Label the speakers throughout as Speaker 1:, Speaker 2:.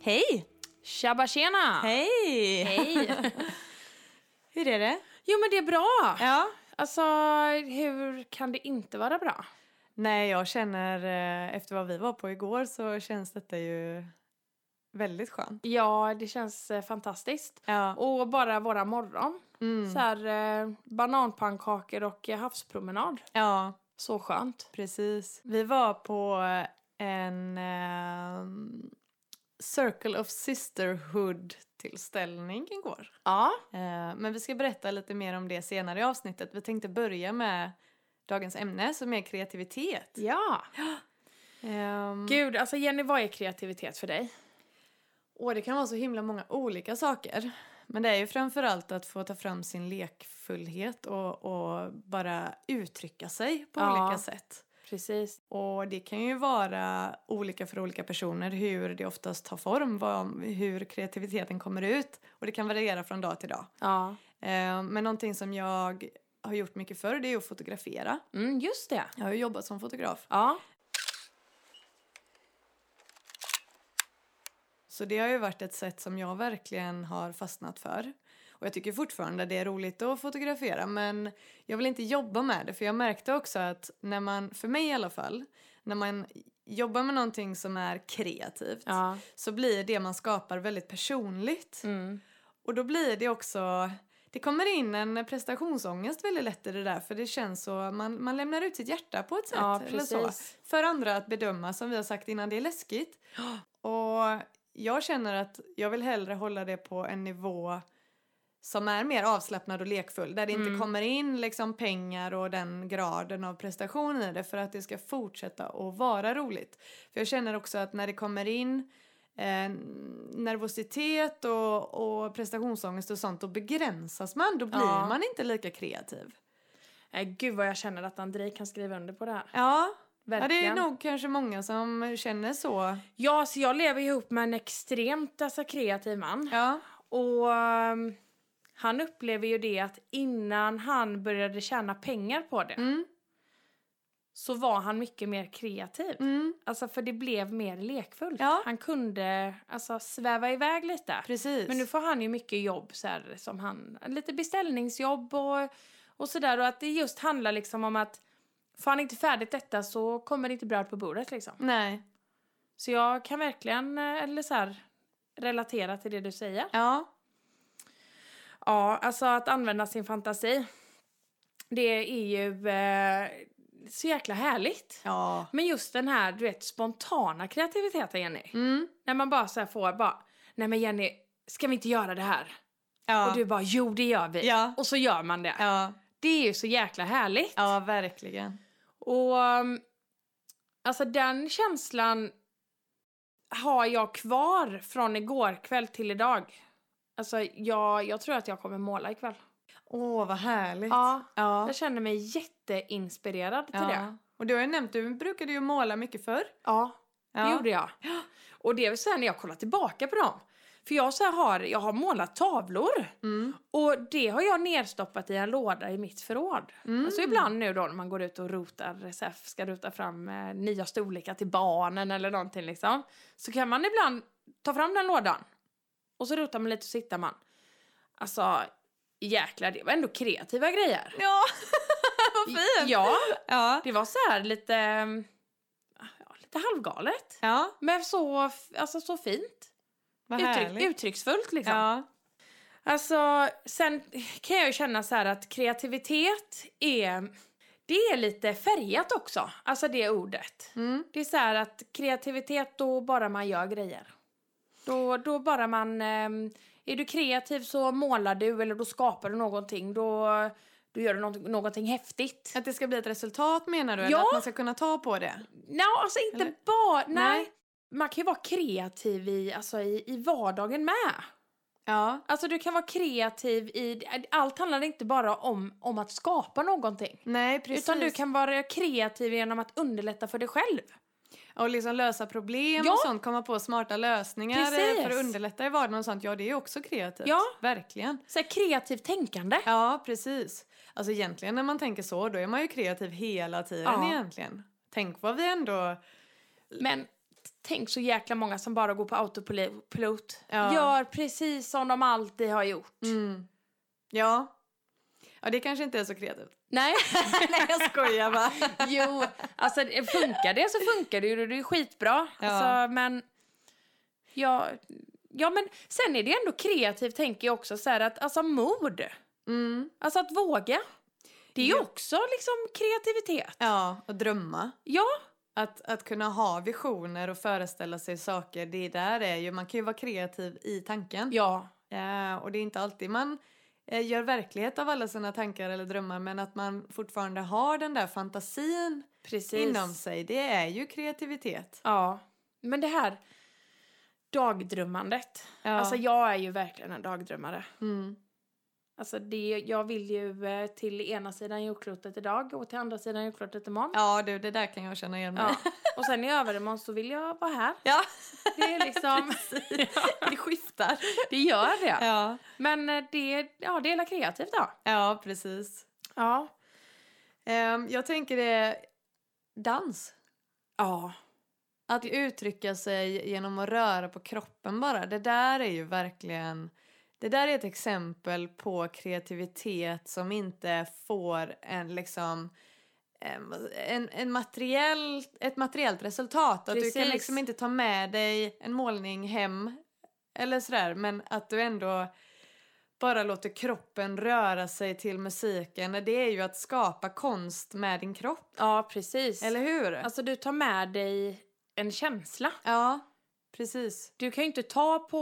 Speaker 1: Hej!
Speaker 2: Tjabba tjena!
Speaker 1: Hej!
Speaker 2: Hej.
Speaker 1: Hur är det?
Speaker 2: Jo men det är bra!
Speaker 1: Ja.
Speaker 2: Alltså hur kan det inte vara bra?
Speaker 1: Nej, jag känner eh, efter vad vi var på igår så känns detta ju väldigt skönt.
Speaker 2: Ja, det känns eh, fantastiskt.
Speaker 1: Ja.
Speaker 2: Och bara våra morgon.
Speaker 1: Mm.
Speaker 2: Så här, eh, bananpannkakor och eh, havspromenad.
Speaker 1: Ja,
Speaker 2: Så skönt.
Speaker 1: precis. Vi var på en eh, Circle of Sisterhood-tillställning igår.
Speaker 2: Ja.
Speaker 1: Eh, Men vi ska berätta lite mer om det senare i avsnittet. Vi tänkte börja med dagens ämne som är kreativitet.
Speaker 2: Ja.
Speaker 1: Ehm,
Speaker 2: Gud, alltså Jenny, vad är kreativitet för dig?
Speaker 1: och det kan vara så himla många olika saker. Men det är ju framförallt att få ta fram sin lekfullhet och, och bara uttrycka sig på
Speaker 2: Ja.
Speaker 1: olika sätt.
Speaker 2: Precis.
Speaker 1: Och det kan ju vara olika för olika personer hur det oftast tar form, vad, hur kreativiteten kommer ut. Och det kan variera från dag till dag.
Speaker 2: Ja.
Speaker 1: Ehm, Men någonting som jag har gjort mycket förr det är att fotografera.
Speaker 2: Mm, just det.
Speaker 1: Jag har ju jobbat som fotograf.
Speaker 2: Ja.
Speaker 1: Så det har ju varit ett sätt som jag verkligen har fastnat för. Och jag tycker fortfarande det är roligt att fotografera men jag vill inte jobba med det för jag märkte också att när man, för mig i alla fall, när man jobbar med någonting som är kreativt
Speaker 2: Ja.
Speaker 1: så blir det man skapar väldigt personligt.
Speaker 2: Mm.
Speaker 1: Och då blir det också, det kommer in en prestationsångest väldigt lätt i det där för det känns så, man, man lämnar ut sitt hjärta på ett sätt.
Speaker 2: Ja,
Speaker 1: eller så.
Speaker 2: precis.
Speaker 1: För andra att bedöma som vi har sagt innan, det är läskigt. Och jag känner att jag vill hellre hålla det på en nivå som är mer avslappnad och lekfull. Där det
Speaker 2: Mm.
Speaker 1: inte kommer in liksom pengar och den graden av prestation i det för att det ska fortsätta att vara roligt. För jag känner också att när det kommer in eh, nervositet och, och prestationsångest och sånt, då begränsas man. Då blir
Speaker 2: Ja.
Speaker 1: man inte lika kreativ.
Speaker 2: Eh, gud vad jag känner att Andrei kan skriva under på det här.
Speaker 1: Ja. ja, det
Speaker 2: Verkligen.
Speaker 1: är nog kanske många som känner så.
Speaker 2: Ja, så jag lever ihop med en extremt alltså, kreativ man.
Speaker 1: Ja,
Speaker 2: Och ehm, han upplever ju det att innan han började tjäna pengar på det
Speaker 1: mm,
Speaker 2: så var han mycket mer kreativ.
Speaker 1: mm,
Speaker 2: Alltså för det blev mer lekfullt.
Speaker 1: Ja.
Speaker 2: Han kunde alltså sväva iväg lite.
Speaker 1: precis.
Speaker 2: Men nu får han ju mycket jobb så här, som han, lite beställningsjobb och, och sådär. Och att det just handlar liksom om att får han inte färdigt detta så kommer det inte bröd på bordet liksom.
Speaker 1: Nej.
Speaker 2: Så jag kan verkligen, eh, eller så här, relatera till det du säger.
Speaker 1: Ja,
Speaker 2: Ja, alltså att använda sin fantasi. Det är ju eh, så jäkla härligt.
Speaker 1: ja.
Speaker 2: Men just den här, du vet, spontana kreativiteten, Jenny.
Speaker 1: Mm,
Speaker 2: När man bara så här får bara, nej men Jenny, ska vi inte göra det här?
Speaker 1: ja.
Speaker 2: Och du bara, jo det gör vi.
Speaker 1: Ja.
Speaker 2: Och så gör man det.
Speaker 1: ja.
Speaker 2: Det är ju så jäkla härligt.
Speaker 1: Ja, verkligen.
Speaker 2: Och um, alltså den känslan har jag kvar från igår kväll till idag. Alltså jag, jag tror att jag kommer måla ikväll.
Speaker 1: Åh, vad härligt.
Speaker 2: Ja,
Speaker 1: ja.
Speaker 2: jag känner mig jätteinspirerad till
Speaker 1: ja.
Speaker 2: det.
Speaker 1: Och du har ju nämnt, du brukade ju måla mycket förr.
Speaker 2: Ja, det
Speaker 1: Ja.
Speaker 2: gjorde jag. Och det är väl så här när jag kollar tillbaka på dem. För jag, så här har, jag har målat tavlor
Speaker 1: Mm.
Speaker 2: och det har jag nedstoppat i en låda i mitt förråd.
Speaker 1: Mm.
Speaker 2: Alltså ibland nu då när man går ut och rotar, så här, ska rota fram eh, nya storlekar till barnen eller någonting liksom. Så kan man ibland ta fram den lådan och så rotar man lite och så hittar man. Alltså jäklar, det var ändå kreativa grejer.
Speaker 1: Ja, vad fint.
Speaker 2: Ja,
Speaker 1: Ja.
Speaker 2: det var så här lite, eh, ja, lite halvgalet.
Speaker 1: Ja,
Speaker 2: Men så, alltså, så fint.
Speaker 1: vad
Speaker 2: Uttryck,
Speaker 1: härligt.
Speaker 2: uttrycksfullt liksom.
Speaker 1: Ja.
Speaker 2: Alltså, sen kan jag ju känna så här att kreativitet är, det är lite färgat också. Alltså det ordet.
Speaker 1: Mm.
Speaker 2: Det är så här att kreativitet, då bara man gör grejer. Då, då bara man, ehm, är du kreativ så målar du eller då skapar du någonting. Då, då gör du någonting, någonting häftigt.
Speaker 1: Att det ska bli ett resultat menar du? Eller
Speaker 2: Ja.
Speaker 1: att man ska kunna ta på det?
Speaker 2: Nej, alltså inte
Speaker 1: Eller?
Speaker 2: bara, nej.
Speaker 1: Nej.
Speaker 2: Man kan ju vara kreativ i, alltså, i, i vardagen med.
Speaker 1: Ja.
Speaker 2: Alltså du kan vara kreativ i, allt handlar inte bara om, om att skapa någonting.
Speaker 1: Nej, precis.
Speaker 2: Utan du kan vara kreativ genom att underlätta för dig själv.
Speaker 1: Och liksom lösa problem
Speaker 2: Ja.
Speaker 1: och sånt, komma på smarta lösningar eh,
Speaker 2: Precis.
Speaker 1: för att underlätta i vardagen och sånt. Ja, det är ju också kreativt.
Speaker 2: Ja.
Speaker 1: Verkligen.
Speaker 2: Så här, kreativt tänkande.
Speaker 1: Ja, precis. Alltså egentligen när man tänker så, då är man ju kreativ hela tiden
Speaker 2: Ja.
Speaker 1: egentligen. Tänk vad vi ändå...
Speaker 2: Men Tänk så jäkla många som bara går på autopilot.
Speaker 1: Ja.
Speaker 2: Gör precis som de alltid har gjort.
Speaker 1: Mm. Ja. Ja, det kanske inte är så kreativt.
Speaker 2: Nej.
Speaker 1: Nej, jag skojar bara.
Speaker 2: Jo, alltså det- funkar det så funkar det ju. Det är ju skitbra.
Speaker 1: Ja.
Speaker 2: Alltså, men... Ja, ja, men sen är det ju ändå kreativt, tänker jag också, så här att alltså mod.
Speaker 1: Mm.
Speaker 2: Alltså att våga. Det är ju
Speaker 1: Ja.
Speaker 2: också liksom kreativitet.
Speaker 1: Ja, och drömma.
Speaker 2: Ja,
Speaker 1: Att, att kunna ha visioner och föreställa sig saker, det där är ju, man kan ju vara kreativ i tanken.
Speaker 2: ja,
Speaker 1: Eh, och det är inte alltid man eh, gör verklighet av alla sina tankar eller drömmar men att man fortfarande har den där fantasin
Speaker 2: precis.
Speaker 1: inom sig, det är ju kreativitet.
Speaker 2: Ja, men det här dagdrömmandet.
Speaker 1: Ja.
Speaker 2: Alltså jag är ju verkligen en dagdrömmare.
Speaker 1: mm.
Speaker 2: Alltså det, jag vill ju eh, till ena sidan jordklotet idag och till andra sidan jordklotet imorgon.
Speaker 1: ja du, det där kan jag känna igen mig
Speaker 2: Ja. Och sen i övermorgon så vill jag vara här.
Speaker 1: Ja.
Speaker 2: Det är liksom,
Speaker 1: ja, det skiftar.
Speaker 2: det gör det.
Speaker 1: Ja.
Speaker 2: Men eh, det, ja, det är hela kreativt då.
Speaker 1: ja, precis.
Speaker 2: Ja.
Speaker 1: Ehm, jag tänker det är dans.
Speaker 2: Ja.
Speaker 1: Att uttrycka sig genom att röra på kroppen bara. Det där är ju verkligen... Det där är ett exempel på kreativitet som inte får en liksom... em, En, en materiell, ett materiellt resultat. Att du kan
Speaker 2: Precis.
Speaker 1: liksom inte ta med dig en målning hem eller sådär. Men att du ändå bara låter kroppen röra sig till musiken. Det är ju att skapa konst med din kropp.
Speaker 2: ja, precis.
Speaker 1: Eller hur?
Speaker 2: Alltså du tar med dig en känsla.
Speaker 1: Ja, precis.
Speaker 2: Du kan ju inte ta på,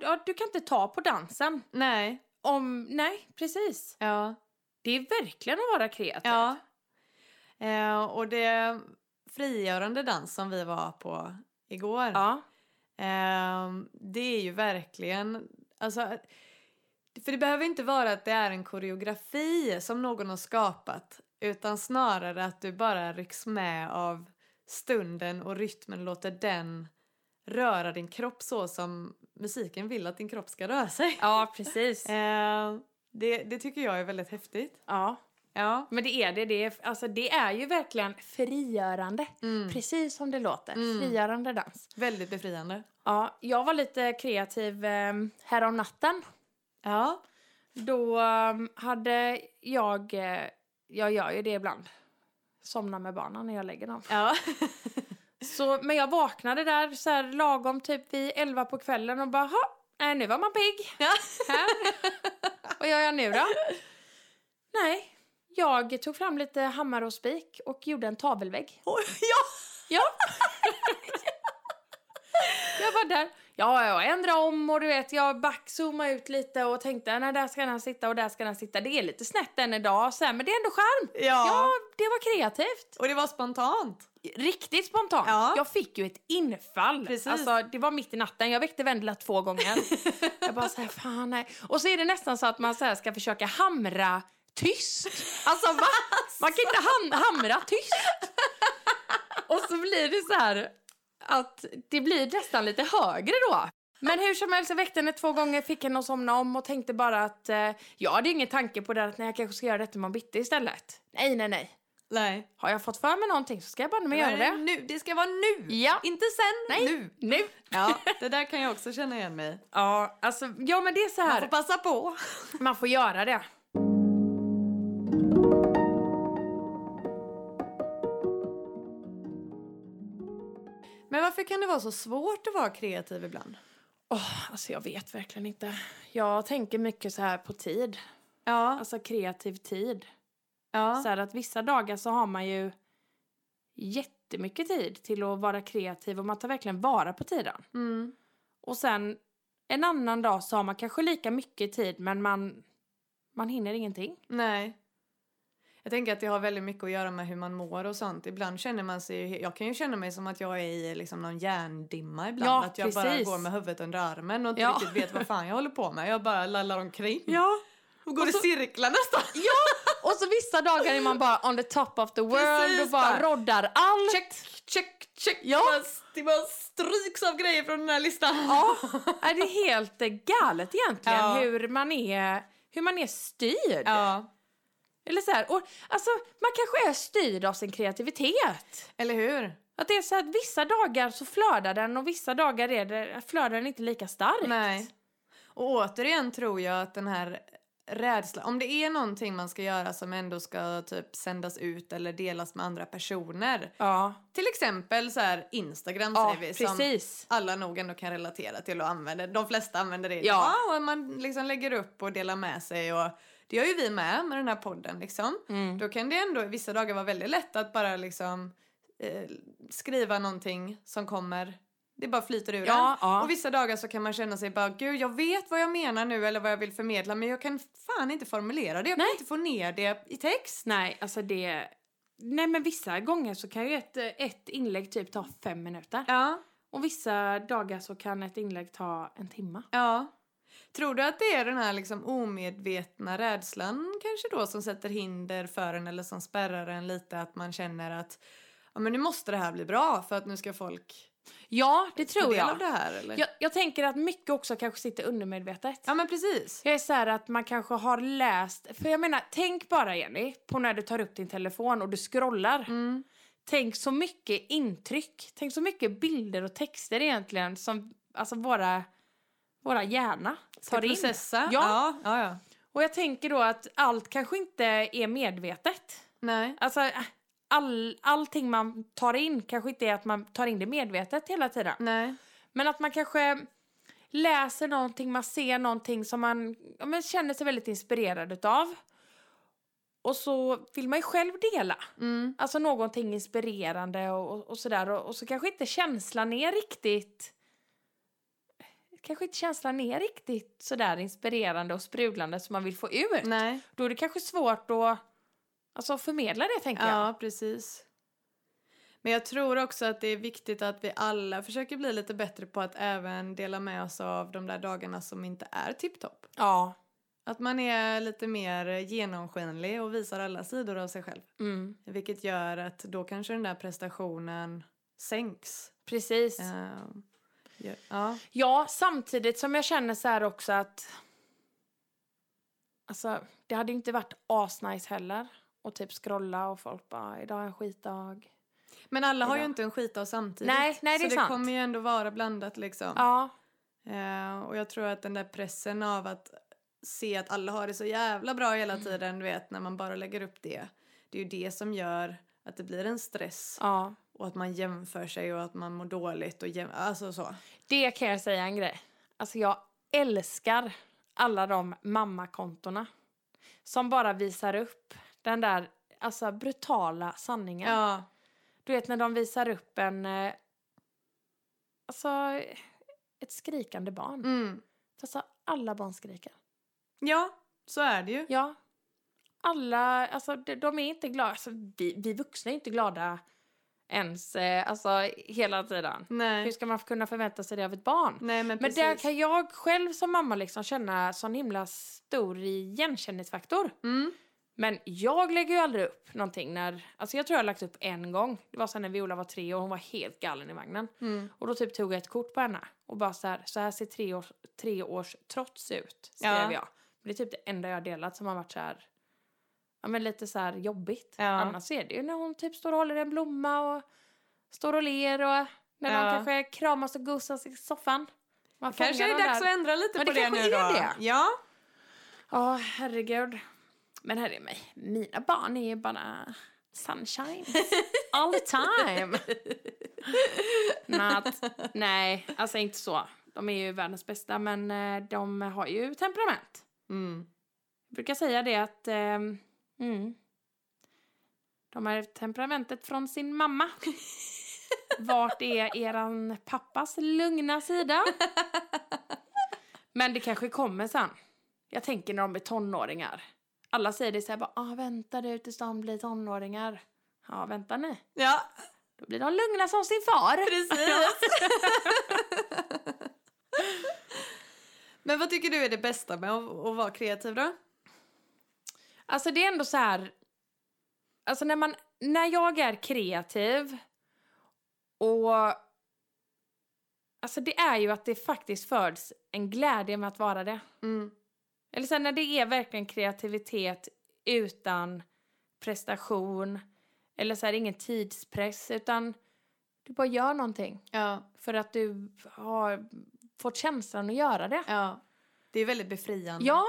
Speaker 2: ja, du kan inte ta på dansen.
Speaker 1: Nej,
Speaker 2: Om, nej, precis.
Speaker 1: ja.
Speaker 2: Det är verkligen att vara kreativ.
Speaker 1: ja. Eh, och det frigörande dans som vi var på igår,
Speaker 2: Ja.
Speaker 1: eh, det är ju verkligen... Alltså, för det behöver inte vara att det är en koreografi som någon har skapat utan snarare att du bara rycks med av stunden och rytmen låter den röra din kropp så som musiken vill att din kropp ska röra sig.
Speaker 2: ja, precis.
Speaker 1: Eh, det, det tycker jag är väldigt häftigt.
Speaker 2: Ja.
Speaker 1: Ja.
Speaker 2: Men det är det. Det är, alltså, det är ju verkligen frigörande.
Speaker 1: Mm.
Speaker 2: Precis som det låter.
Speaker 1: Mm.
Speaker 2: Frigörande dans.
Speaker 1: Väldigt befriande.
Speaker 2: Ja, jag var lite kreativ eh, härom natten.
Speaker 1: Ja.
Speaker 2: Då eh, hade jag... Eh, jag gör ju det ibland. Somnar med barnen när jag lägger dem.
Speaker 1: Ja.
Speaker 2: Så, men jag vaknade där så här, lagom typ vid 11 på kvällen och bara "Ha, nej nu var man pigg.
Speaker 1: Ja.
Speaker 2: Här. Vad gör jag nu då? Nej, jag tog fram lite hammare och spik och gjorde en tavelvägg.
Speaker 1: ja.
Speaker 2: Ja. jag var där. Ja, jag ändrade om och du vet, jag backzoomade ut lite och tänkte nej, där ska den sitta och där ska den sitta. Det är lite snett än idag så här, men det är ändå charm. Ja, det var kreativt.
Speaker 1: Och det var spontant.
Speaker 2: Riktigt spontant.
Speaker 1: Ja.
Speaker 2: Jag fick ju ett infall.
Speaker 1: Precis.
Speaker 2: Alltså, det var mitt i natten. Jag väckte Vendela två gånger. jag bara så här, fan nej. Och så är det nästan så att man så här ska försöka hamra tyst. Alltså va? Man kan inte ham- hamra tyst. Och så blir det så här att det blir nästan lite högre då. Men hur som helst, jag väckte henne två gånger, fick henne att somna om och tänkte bara att eh, jag hade ingen tanke på det här att nej, jag kanske ska göra detta imorgon bitti istället. Nej, nej, nej.
Speaker 1: Nej.
Speaker 2: Har jag fått för mig någonting så ska jag banne mig göra det.
Speaker 1: Nu. Det ska vara nu.
Speaker 2: Ja.
Speaker 1: Inte sen.
Speaker 2: Nej.
Speaker 1: Nu.
Speaker 2: Nu?
Speaker 1: Ja, det där kan jag också känna igen mig i.
Speaker 2: Ja, alltså, ja men det är så
Speaker 1: Man får
Speaker 2: här.
Speaker 1: passa på.
Speaker 2: Man får göra det.
Speaker 1: Men varför kan det vara så svårt att vara kreativ ibland?
Speaker 2: Åh, alltså jag vet verkligen inte. Jag tänker mycket så här på tid.
Speaker 1: Ja.
Speaker 2: Alltså kreativ tid.
Speaker 1: ja.
Speaker 2: Så här att vissa dagar så har man ju jättemycket tid till att vara kreativ och man tar verkligen vara på tiden.
Speaker 1: Mm.
Speaker 2: Och sen en annan dag så har man kanske lika mycket tid men man, man hinner ingenting.
Speaker 1: Nej. Jag tänker att det har väldigt mycket att göra med hur man mår och sånt. Ibland känner man sig ju- jag kan ju känna mig som att jag är i liksom någon hjärndimma
Speaker 2: Ja,
Speaker 1: ibland. att jag bara
Speaker 2: precis.
Speaker 1: går med huvudet under armen och inte
Speaker 2: Ja.
Speaker 1: riktigt vet vad fan jag håller på med. Jag bara lallar omkring.
Speaker 2: Ja.
Speaker 1: Och går
Speaker 2: Och
Speaker 1: i
Speaker 2: så-
Speaker 1: cirklar nästan.
Speaker 2: Och så vissa dagar är man bara on the top of the world
Speaker 1: Precis,
Speaker 2: och bara
Speaker 1: bara.
Speaker 2: roddar allt.
Speaker 1: Check, check, check.
Speaker 2: Ja.
Speaker 1: Det bara- Det bara stryks av grejer från den här listan.
Speaker 2: Ja, är det är helt eh, galet egentligen
Speaker 1: Ja.
Speaker 2: hur, man är, hur man är styrd.
Speaker 1: Ja.
Speaker 2: Eller så här, och, alltså, man kanske är styrd av sin kreativitet.
Speaker 1: Eller hur?
Speaker 2: Att det är så här, att vissa dagar så flödar den och vissa dagar är det, flödar den inte lika starkt.
Speaker 1: Nej. Och återigen tror jag att den här rädslan, om det är någonting man ska göra som ändå ska typ sändas ut eller delas med andra personer.
Speaker 2: Ja,
Speaker 1: Till exempel så här Instagram
Speaker 2: ja
Speaker 1: säger vi som
Speaker 2: precis.
Speaker 1: alla nog ändå kan relatera till och använder. De flesta använder det.
Speaker 2: Ja.
Speaker 1: och man liksom lägger upp och delar med sig och det gör ju vi med med den här podden liksom.
Speaker 2: Mm.
Speaker 1: Då kan det ändå i vissa dagar vara väldigt lätt att bara liksom eh, skriva någonting som kommer. Det bara flyter ur en.
Speaker 2: Ja, ja.
Speaker 1: Och vissa dagar så kan man känna sig bara gud jag vet vad jag menar nu eller vad jag vill förmedla men jag kan fan inte formulera det. Jag kan
Speaker 2: Nej.
Speaker 1: inte få ner det i text.
Speaker 2: Nej, alltså det... Nej, men vissa gånger så kan ju ett, ett inlägg typ ta fem minuter.
Speaker 1: Ja,
Speaker 2: Och vissa dagar så kan ett inlägg ta en timme.
Speaker 1: ja. Tror du att det är den här liksom omedvetna rädslan kanske då som sätter hinder för en eller som spärrar en lite att man känner att ja men nu måste det här bli bra för att nu ska folk
Speaker 2: Ja, det
Speaker 1: ta
Speaker 2: tror
Speaker 1: del
Speaker 2: jag.
Speaker 1: av det här eller?
Speaker 2: jag. Jag tänker att mycket också kanske sitter undermedvetet.
Speaker 1: ja men precis.
Speaker 2: Jag är så här att man kanske har läst... För jag menar, tänk bara Jenny på när du tar upp din telefon och du scrollar.
Speaker 1: Mm.
Speaker 2: Tänk så mycket intryck, tänk så mycket bilder och texter egentligen som alltså våra, våra hjärna
Speaker 1: Ska
Speaker 2: tar in.
Speaker 1: processa?
Speaker 2: Ja.
Speaker 1: ja, ja, ja.
Speaker 2: Och jag tänker då att allt kanske inte är medvetet.
Speaker 1: Nej.
Speaker 2: Alltså, äh, all, allting man tar in kanske inte är att man tar in det medvetet hela tiden.
Speaker 1: Nej.
Speaker 2: Men att man kanske läser någonting, man ser någonting som man ja, men känner sig väldigt inspirerad utav. Och så vill man ju själv dela.
Speaker 1: Mm.
Speaker 2: Alltså någonting inspirerande och, och, och sådär. Och, och så kanske inte känslan är riktigt... Kanske inte känslan är riktigt sådär inspirerande och sprudlande som man vill få ut.
Speaker 1: Nej.
Speaker 2: Då är det kanske svårt att alltså, förmedla det, tänker jag.
Speaker 1: Ja, precis. Men jag tror också att det är viktigt att vi alla försöker bli lite bättre på att även dela med oss av de där dagarna som inte är tipptopp.
Speaker 2: Ja.
Speaker 1: Att man är lite mer genomskinlig och visar alla sidor av sig själv.
Speaker 2: Mm.
Speaker 1: Vilket gör att då kanske den där prestationen sänks.
Speaker 2: Precis.
Speaker 1: Ehm, ja, ja.
Speaker 2: Ja, samtidigt som jag känner så här också att... Alltså, det hade ju inte varit asnice heller. Och typ scrolla och folk bara, idag är en skitdag.
Speaker 1: Men alla har ju
Speaker 2: Idag.
Speaker 1: inte en skitdag samtidigt.
Speaker 2: Nej, nej, det
Speaker 1: så
Speaker 2: är
Speaker 1: det
Speaker 2: sant.
Speaker 1: kommer ju ändå vara blandat liksom.
Speaker 2: Ja,
Speaker 1: Eh, och jag tror att den där pressen av att se att alla har det så jävla bra hela
Speaker 2: Mm.
Speaker 1: tiden, du vet, när man bara lägger upp det. Det är ju det som gör att det blir en stress
Speaker 2: ja.
Speaker 1: och att man jämför sig och att man mår dåligt och jäm- alltså så.
Speaker 2: Det kan jag säga en grej. Alltså jag älskar alla de mammakontona som bara visar upp den där alltså, brutala sanningen.
Speaker 1: Ja,
Speaker 2: Du vet när de visar upp en... eh, Alltså, ett skrikande barn.
Speaker 1: mm.
Speaker 2: Alltså, alla barn skriker.
Speaker 1: ja så är det ju.
Speaker 2: Ja. Alla, alltså de, de är inte glada. Alltså, vi, vi vuxna är inte glada ens eh, alltså, hela tiden. Hur
Speaker 1: Nej,
Speaker 2: ska man kunna förvänta sig det av ett barn?
Speaker 1: Nej men,
Speaker 2: Men
Speaker 1: precis.
Speaker 2: där kan jag själv som mamma liksom känna sån himla stor igenkänningsfaktor.
Speaker 1: mm.
Speaker 2: Men jag lägger ju aldrig upp någonting när, alltså jag tror jag har lagt upp en gång. Det var sen när Viola var tre och hon var helt galen i vagnen.
Speaker 1: Mm.
Speaker 2: Och då typ tog jag ett kort på henne och bara så här, så här ser tre års, tre års trots ut, skrev
Speaker 1: Ja.
Speaker 2: jag. Men det är typ det enda jag har delat som har varit så här, ja men lite så här jobbigt.
Speaker 1: Ja.
Speaker 2: Annars är det ju när hon typ står och håller en blomma och står och ler och när
Speaker 1: Ja.
Speaker 2: de kanske kramas och gussas i soffan. Man
Speaker 1: Kanske
Speaker 2: fångar
Speaker 1: är det
Speaker 2: de
Speaker 1: dags
Speaker 2: där-
Speaker 1: att ändra lite
Speaker 2: Men
Speaker 1: på
Speaker 2: det
Speaker 1: det,
Speaker 2: kanske
Speaker 1: nu då.
Speaker 2: är det.
Speaker 1: Ja,
Speaker 2: Ja, herregud. Men herre mig, mina barn är ju bara sunshine all the time. Not, nej, alltså inte så. De är ju världens bästa, men eh, de har ju temperament.
Speaker 1: mm.
Speaker 2: Jag brukar säga det att ehm, mm, de har temperamentet från sin mamma. Vart är eran pappas lugna sida? Men det kanske kommer sen. Jag tänker när de blir tonåringar. Alla säger det så här bara, ah, vänta du tills de blir tonåringar. Ja, vänta ni.
Speaker 1: ja
Speaker 2: Då blir de lugna som sin far.
Speaker 1: precis. men vad tycker du är det bästa med att, att vara kreativ då?
Speaker 2: Alltså det är ändå så här... Alltså när man... När jag är kreativ och... Alltså det är ju att det faktiskt föds en glädje med att vara det.
Speaker 1: Mm.
Speaker 2: Eller sen när det är verkligen kreativitet utan prestation eller så här, ingen tidspress utan du bara gör någonting
Speaker 1: Ja,
Speaker 2: för att du har fått känslan att göra det.
Speaker 1: ja. Det är väldigt befriande.
Speaker 2: Ja,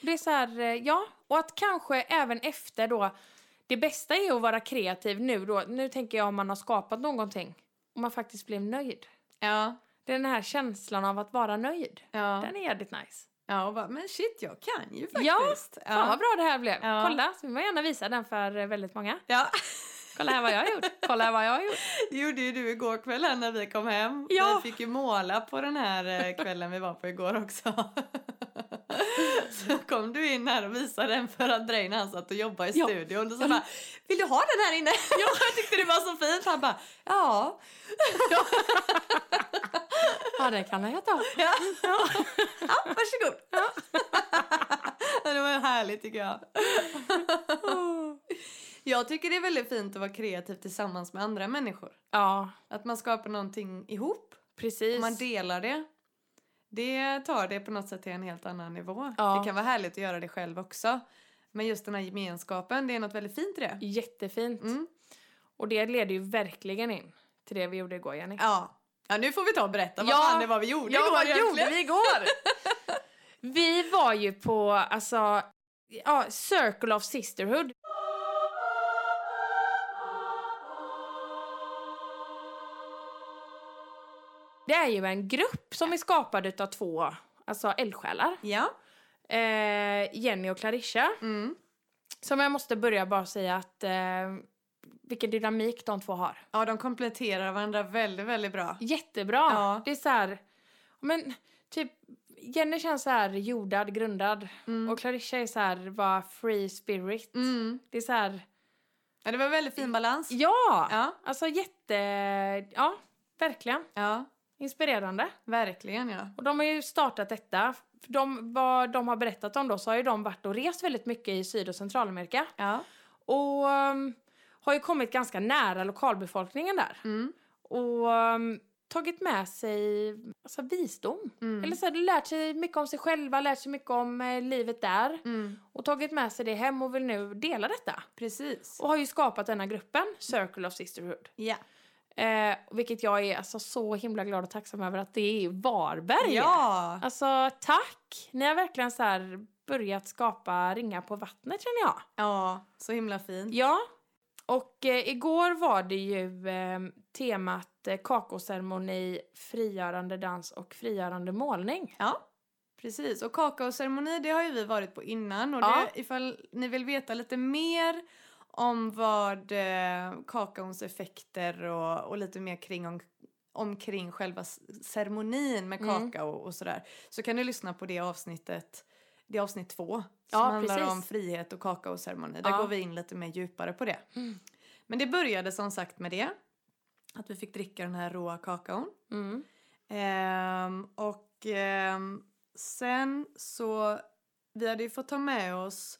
Speaker 2: det är så här, eh, ja. Och att kanske även efter då, det bästa är att vara kreativ nu då. Nu tänker jag om man har skapat någonting och man faktiskt blev nöjd.
Speaker 1: Ja,
Speaker 2: Den här känslan av att vara nöjd,
Speaker 1: ja.
Speaker 2: den är jävligt nice.
Speaker 1: ja och bara, men shit, jag kan ju
Speaker 2: Ja,
Speaker 1: faktiskt.
Speaker 2: Fan vad bra det här blev.
Speaker 1: Ja.
Speaker 2: Kolla, så vill man gärna visa den för eh, väldigt många.
Speaker 1: ja.
Speaker 2: Kolla här vad jag har gjort. Kolla här vad jag har gjort.
Speaker 1: Det gjorde ju du igår kväll här när vi kom hem.
Speaker 2: Ja.
Speaker 1: Vi fick ju måla på den här eh, kvällen vi var på igår också. Så kom du in här och visade den för Andrej när han satt och jobbade i
Speaker 2: Ja.
Speaker 1: studion. Och så bara, vill du ha den här inne? Ja. Jag tyckte det var så fint. Han bara, ja.
Speaker 2: Ja, det kan jag ta.
Speaker 1: Ja, ja. varsågod. Ja. Det var härligt tycker jag. Jag tycker det är väldigt fint att vara kreativ tillsammans med andra människor.
Speaker 2: Ja,
Speaker 1: Att man skapar någonting ihop.
Speaker 2: precis.
Speaker 1: Om man delar det. Det tar det på något sätt till en helt annan nivå.
Speaker 2: Ja.
Speaker 1: Det kan vara härligt att göra det själv också. Men just den här gemenskapen, det är något väldigt fint i det.
Speaker 2: Jättefint.
Speaker 1: Mm.
Speaker 2: Och det leder ju verkligen in till det vi gjorde igår, Jenny.
Speaker 1: Ja. ja, nu får vi ta och berätta
Speaker 2: Ja.
Speaker 1: vad fan det var vi gjorde
Speaker 2: Ja,
Speaker 1: igår
Speaker 2: vad
Speaker 1: egentligen.
Speaker 2: gjorde vi igår? vi var ju på, alltså, ja, Circle of Sisterhood. Det är ju en grupp som är skapad utav två, alltså eldsjälar.
Speaker 1: Ja.
Speaker 2: Eh, Jenny och Clarissa.
Speaker 1: Mm.
Speaker 2: Som jag måste börja bara säga att eh, vilken dynamik de två har.
Speaker 1: ja, de kompletterar varandra väldigt, väldigt bra.
Speaker 2: Jättebra.
Speaker 1: Ja.
Speaker 2: Det är så här, men typ Jenny känns så här jordad, grundad
Speaker 1: Mm.
Speaker 2: och Clarissa är så här bara free spirit.
Speaker 1: Mm.
Speaker 2: Det är så här,
Speaker 1: Ja, det var väldigt fin balans.
Speaker 2: ja!
Speaker 1: Ja,
Speaker 2: Alltså jätte, ja, verkligen
Speaker 1: ja.
Speaker 2: inspirerande.
Speaker 1: verkligen ja.
Speaker 2: Och de har ju startat detta. För De, vad de har berättat om då så har ju de varit och rest väldigt mycket i Syd och Centralamerika
Speaker 1: Ja,
Speaker 2: och ehm, har ju kommit ganska nära lokalbefolkningen där
Speaker 1: mm.
Speaker 2: och ehm, tagit med sig alltså, visdom
Speaker 1: Mm.
Speaker 2: Eller så här, lärt sig mycket om sig själva, lärt sig mycket om eh, livet där
Speaker 1: Mm.
Speaker 2: och tagit med sig det hem och vill nu dela detta.
Speaker 1: Precis.
Speaker 2: Och har ju skapat denna gruppen, Circle of Sisterhood.
Speaker 1: Ja.
Speaker 2: Eh, vilket jag är alltså så himla glad och tacksam över att det är i Varberg.
Speaker 1: Ja.
Speaker 2: Alltså tack! Ni har verkligen så här börjat skapa ringar på vattnet känner jag.
Speaker 1: ja, så himla fint.
Speaker 2: Ja. Och eh, igår var det ju eh, temat eh, kakoceremoni, frigörande dans och frigörande målning.
Speaker 1: Ja, precis. Och kakaoceremoni, det har ju vi varit på innan. Och
Speaker 2: Ja.
Speaker 1: det, ifall ni vill veta lite mer om vad eh, kakaons effekter och, och lite mer kring om, omkring själva s- ceremonin med
Speaker 2: Mm.
Speaker 1: kakao och sådär så kan du lyssna på det avsnittet, det är avsnitt två som
Speaker 2: Ja,
Speaker 1: handlar
Speaker 2: precis.
Speaker 1: om frihet och kakaoceremoni. Där
Speaker 2: Ja. Mm.
Speaker 1: går vi in lite mer djupare på det. Men det började som sagt med det, att vi fick dricka den här råa kakaon.
Speaker 2: Mm.
Speaker 1: Ehm, och ehm, sen så, vi hade ju fått ta med oss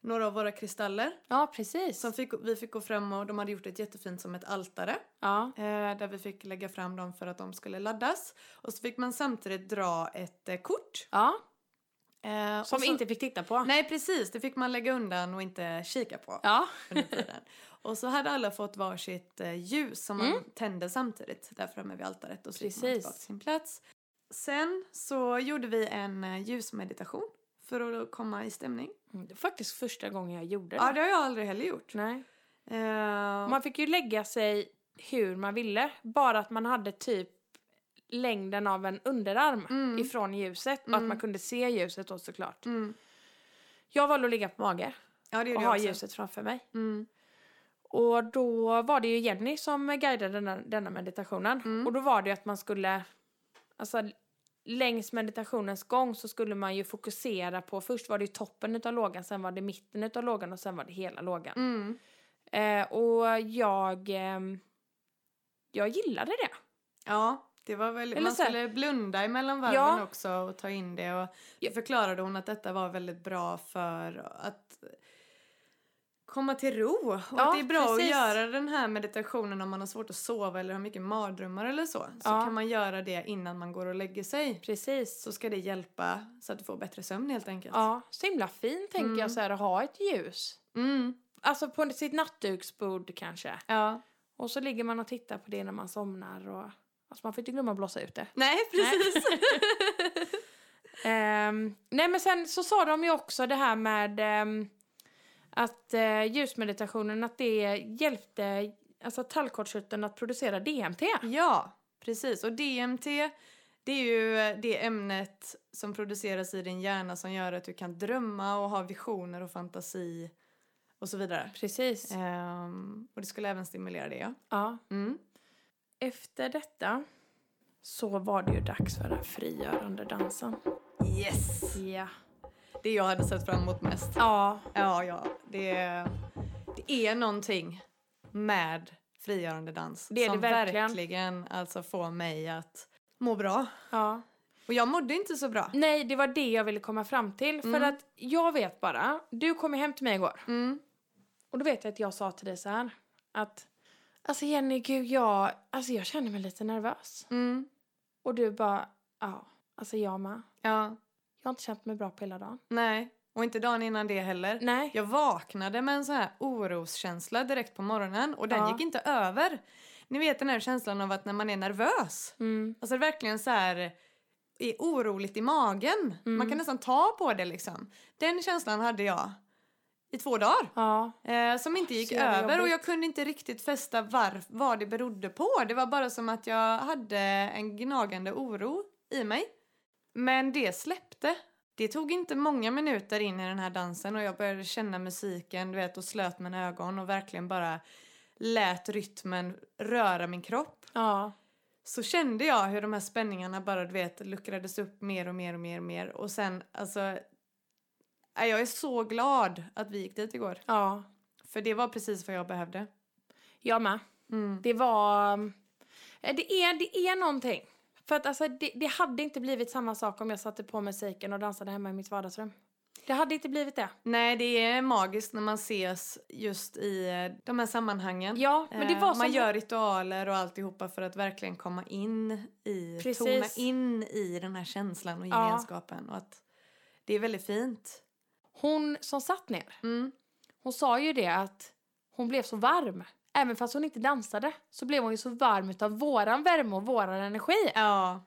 Speaker 1: några av våra kristaller.
Speaker 2: Ja, precis.
Speaker 1: Som fick, vi fick gå fram och de hade gjort ett jättefint som ett altare.
Speaker 2: Ja.
Speaker 1: eh, där vi fick lägga fram dem för att de skulle laddas. Och så fick man samtidigt dra ett eh, kort.
Speaker 2: ja.
Speaker 1: Eh,
Speaker 2: Som
Speaker 1: och
Speaker 2: vi
Speaker 1: så,
Speaker 2: inte fick titta på.
Speaker 1: Nej precis, det fick man lägga undan och inte kika på.
Speaker 2: Ja.
Speaker 1: under tiden. Och så hade alla fått varsitt eh, ljus som man tände samtidigt där framme vid altaret och så gick man
Speaker 2: Mm. Precis.
Speaker 1: tillbaka till sin plats. Sen så gjorde vi en eh, ljusmeditation för att komma i stämning.
Speaker 2: Mm, Det var faktiskt första gången jag gjorde det.
Speaker 1: Ja, det har jag aldrig heller gjort.
Speaker 2: Nej.
Speaker 1: Eh,
Speaker 2: Man fick ju lägga sig hur man ville. Bara att man hade typ längden av en underarm
Speaker 1: Mm.
Speaker 2: ifrån ljuset. Och att
Speaker 1: Mm.
Speaker 2: man kunde se ljuset då såklart.
Speaker 1: mm.
Speaker 2: Jag valde att ligga på mage
Speaker 1: Ja, det
Speaker 2: och
Speaker 1: gjorde
Speaker 2: ha
Speaker 1: jag också.
Speaker 2: ljuset framför mig.
Speaker 1: Mm.
Speaker 2: Och då var det ju Jenny som guidade denna, denna meditationen.
Speaker 1: Mm.
Speaker 2: Och då var det ju att man skulle, alltså längs meditationens gång så skulle man ju fokusera på, först var det ju toppen utav lågan, sen var det mitten utav lågan och sen var det hela lågan.
Speaker 1: Mm.
Speaker 2: Eh, och jag, ehm, jag gillade det.
Speaker 1: Ja, det var väl,
Speaker 2: Eller
Speaker 1: man
Speaker 2: så här-
Speaker 1: skulle blunda emellan varven
Speaker 2: Ja.
Speaker 1: också och ta in det. Och då
Speaker 2: Ja.
Speaker 1: förklarade hon att detta var väldigt bra för att komma till ro. Och
Speaker 2: Ja,
Speaker 1: att det är bra
Speaker 2: precis.
Speaker 1: att göra den här meditationen om man har svårt att sova eller har mycket mardrömmar eller så. Så
Speaker 2: Ja.
Speaker 1: kan man göra det innan man går och lägger sig.
Speaker 2: Precis.
Speaker 1: Så ska det hjälpa så att du får bättre sömn helt enkelt.
Speaker 2: Ja, så himla fint tänker
Speaker 1: Mm.
Speaker 2: jag så här att ha ett ljus.
Speaker 1: Mm.
Speaker 2: Alltså på sitt nattduksbord kanske.
Speaker 1: ja.
Speaker 2: Och så ligger man och tittar på det när man somnar och... Alltså man får inte glömma att blåsa ut det.
Speaker 1: Nej, precis.
Speaker 2: Ehm, nej men sen så sa de ju också det här med ehm, att eh, ljusmeditationen, att det hjälpte alltså tallkottkörteln att producera DMT.
Speaker 1: Mm. Ja, precis. Och DMT, det är ju eh, det ämnet som produceras i din hjärna som gör att du kan drömma och ha visioner och fantasi och så vidare.
Speaker 2: Precis.
Speaker 1: Ehm, och det skulle även stimulera det, ja.
Speaker 2: Ja.
Speaker 1: Mm.
Speaker 2: Efter detta så var det ju dags för den frigörande dansen.
Speaker 1: Yes!
Speaker 2: Ja.
Speaker 1: Det jag hade sett fram emot mest.
Speaker 2: Ja,
Speaker 1: Ja, ja. Det, det är någonting med frigörande dans
Speaker 2: Det är det
Speaker 1: som
Speaker 2: verkligen.
Speaker 1: verkligen alltså får mig att må bra.
Speaker 2: ja.
Speaker 1: Och jag mådde inte så bra.
Speaker 2: Nej, det var det jag ville komma fram till. För
Speaker 1: Mm.
Speaker 2: att jag vet bara, du kom ju hem till mig igår.
Speaker 1: Mm.
Speaker 2: Och då vet jag att jag sa till dig så här att Alltså Jenny, gud jag, alltså jag känner mig lite nervös.
Speaker 1: Mm.
Speaker 2: Och du bara, ja, alltså jag med.
Speaker 1: Ja.
Speaker 2: Jag har inte känt mig bra på hela dagen.
Speaker 1: Nej. Och inte dagen innan det heller.
Speaker 2: Nej.
Speaker 1: Jag vaknade med en så här oroskänsla direkt på morgonen och den
Speaker 2: Ja.
Speaker 1: gick inte över. Ni vet den här känslan av att när man är nervös,
Speaker 2: Mm.
Speaker 1: alltså verkligen så här är oroligt i magen.
Speaker 2: Mm.
Speaker 1: Man kan nästan ta på det liksom. Den känslan hade jag i två dagar.
Speaker 2: Ja,
Speaker 1: Eh, som inte gick
Speaker 2: så jävla
Speaker 1: över och
Speaker 2: jobbigt.
Speaker 1: jag kunde inte riktigt fästa var, vad det berodde på. Det var bara som att jag hade en gnagande oro i mig. Men det släppte. Det tog inte många minuter in i den här dansen och jag började känna musiken du vet, och slöt mina ögon och verkligen bara lät rytmen röra min kropp.
Speaker 2: ja,
Speaker 1: Så kände jag hur de här spänningarna bara du vet luckrades upp mer och mer och mer och mer och sen alltså nej, jag är så glad att vi gick dit igår.
Speaker 2: ja.
Speaker 1: För det var precis vad jag behövde.
Speaker 2: Jag med.
Speaker 1: Mm.
Speaker 2: Det var, eh, det är, det är någonting. För att alltså det, det hade inte blivit samma sak om jag satte på musiken och dansade hemma i mitt vardagsrum. Det hade inte blivit det.
Speaker 1: Nej, det är magiskt när man ses just i eh, de här sammanhangen.
Speaker 2: Ja, men det
Speaker 1: Eh,
Speaker 2: var som...
Speaker 1: man gör ritualer och alltihopa för att verkligen komma in i,
Speaker 2: Precis.
Speaker 1: tona in i den här känslan och
Speaker 2: Ja.
Speaker 1: gemenskapen. Och att det är väldigt fint.
Speaker 2: Hon som satt ner,
Speaker 1: Mm.
Speaker 2: hon sa ju det att hon blev så varm. Även fast hon inte dansade så blev hon ju så varm utav våran värme och våran energi.
Speaker 1: Ja,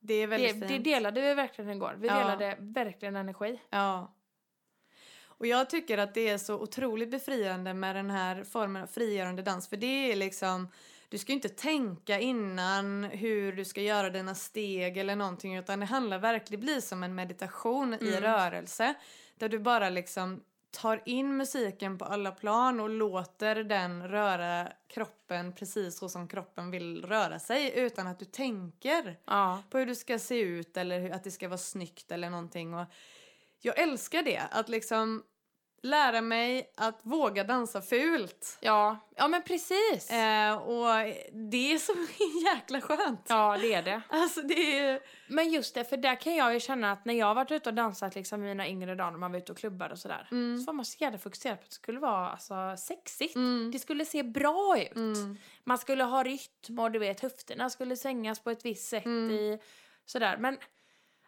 Speaker 1: det är
Speaker 2: Det,
Speaker 1: väldigt
Speaker 2: det
Speaker 1: fint.
Speaker 2: delade vi verkligen igår. Vi
Speaker 1: Ja.
Speaker 2: delade verkligen energi.
Speaker 1: Ja. Och jag tycker att det är så otroligt befriande med den här formen av frigörande dans. För det är liksom, du ska ju inte tänka innan hur du ska göra dina steg eller någonting. Utan det handlar verkligen, det blir som en meditation i
Speaker 2: Mm.
Speaker 1: rörelse. Där du bara liksom tar in musiken på alla plan och låter den röra kroppen precis så som kroppen vill röra sig utan att du tänker
Speaker 2: Ja.
Speaker 1: på hur du ska se ut eller hur, att det ska vara snyggt eller någonting. Och jag älskar det, att liksom lära mig att våga dansa fult.
Speaker 2: Ja, ja men precis.
Speaker 1: Eh, och det är så jäkla skönt.
Speaker 2: Ja, det är det.
Speaker 1: Alltså det är...
Speaker 2: Men just det, för där kan jag ju känna att när jag har varit ute och dansat liksom i mina yngre dagar när man var ute och klubbar och sådär.
Speaker 1: Mm.
Speaker 2: Så var man så jävla fokuserad på att det skulle vara alltså, sexigt.
Speaker 1: Mm.
Speaker 2: Det skulle se bra ut.
Speaker 1: Mm.
Speaker 2: Man skulle ha rytm och du vet höfterna skulle svängas på ett visst sätt
Speaker 1: Mm.
Speaker 2: i sådär. Men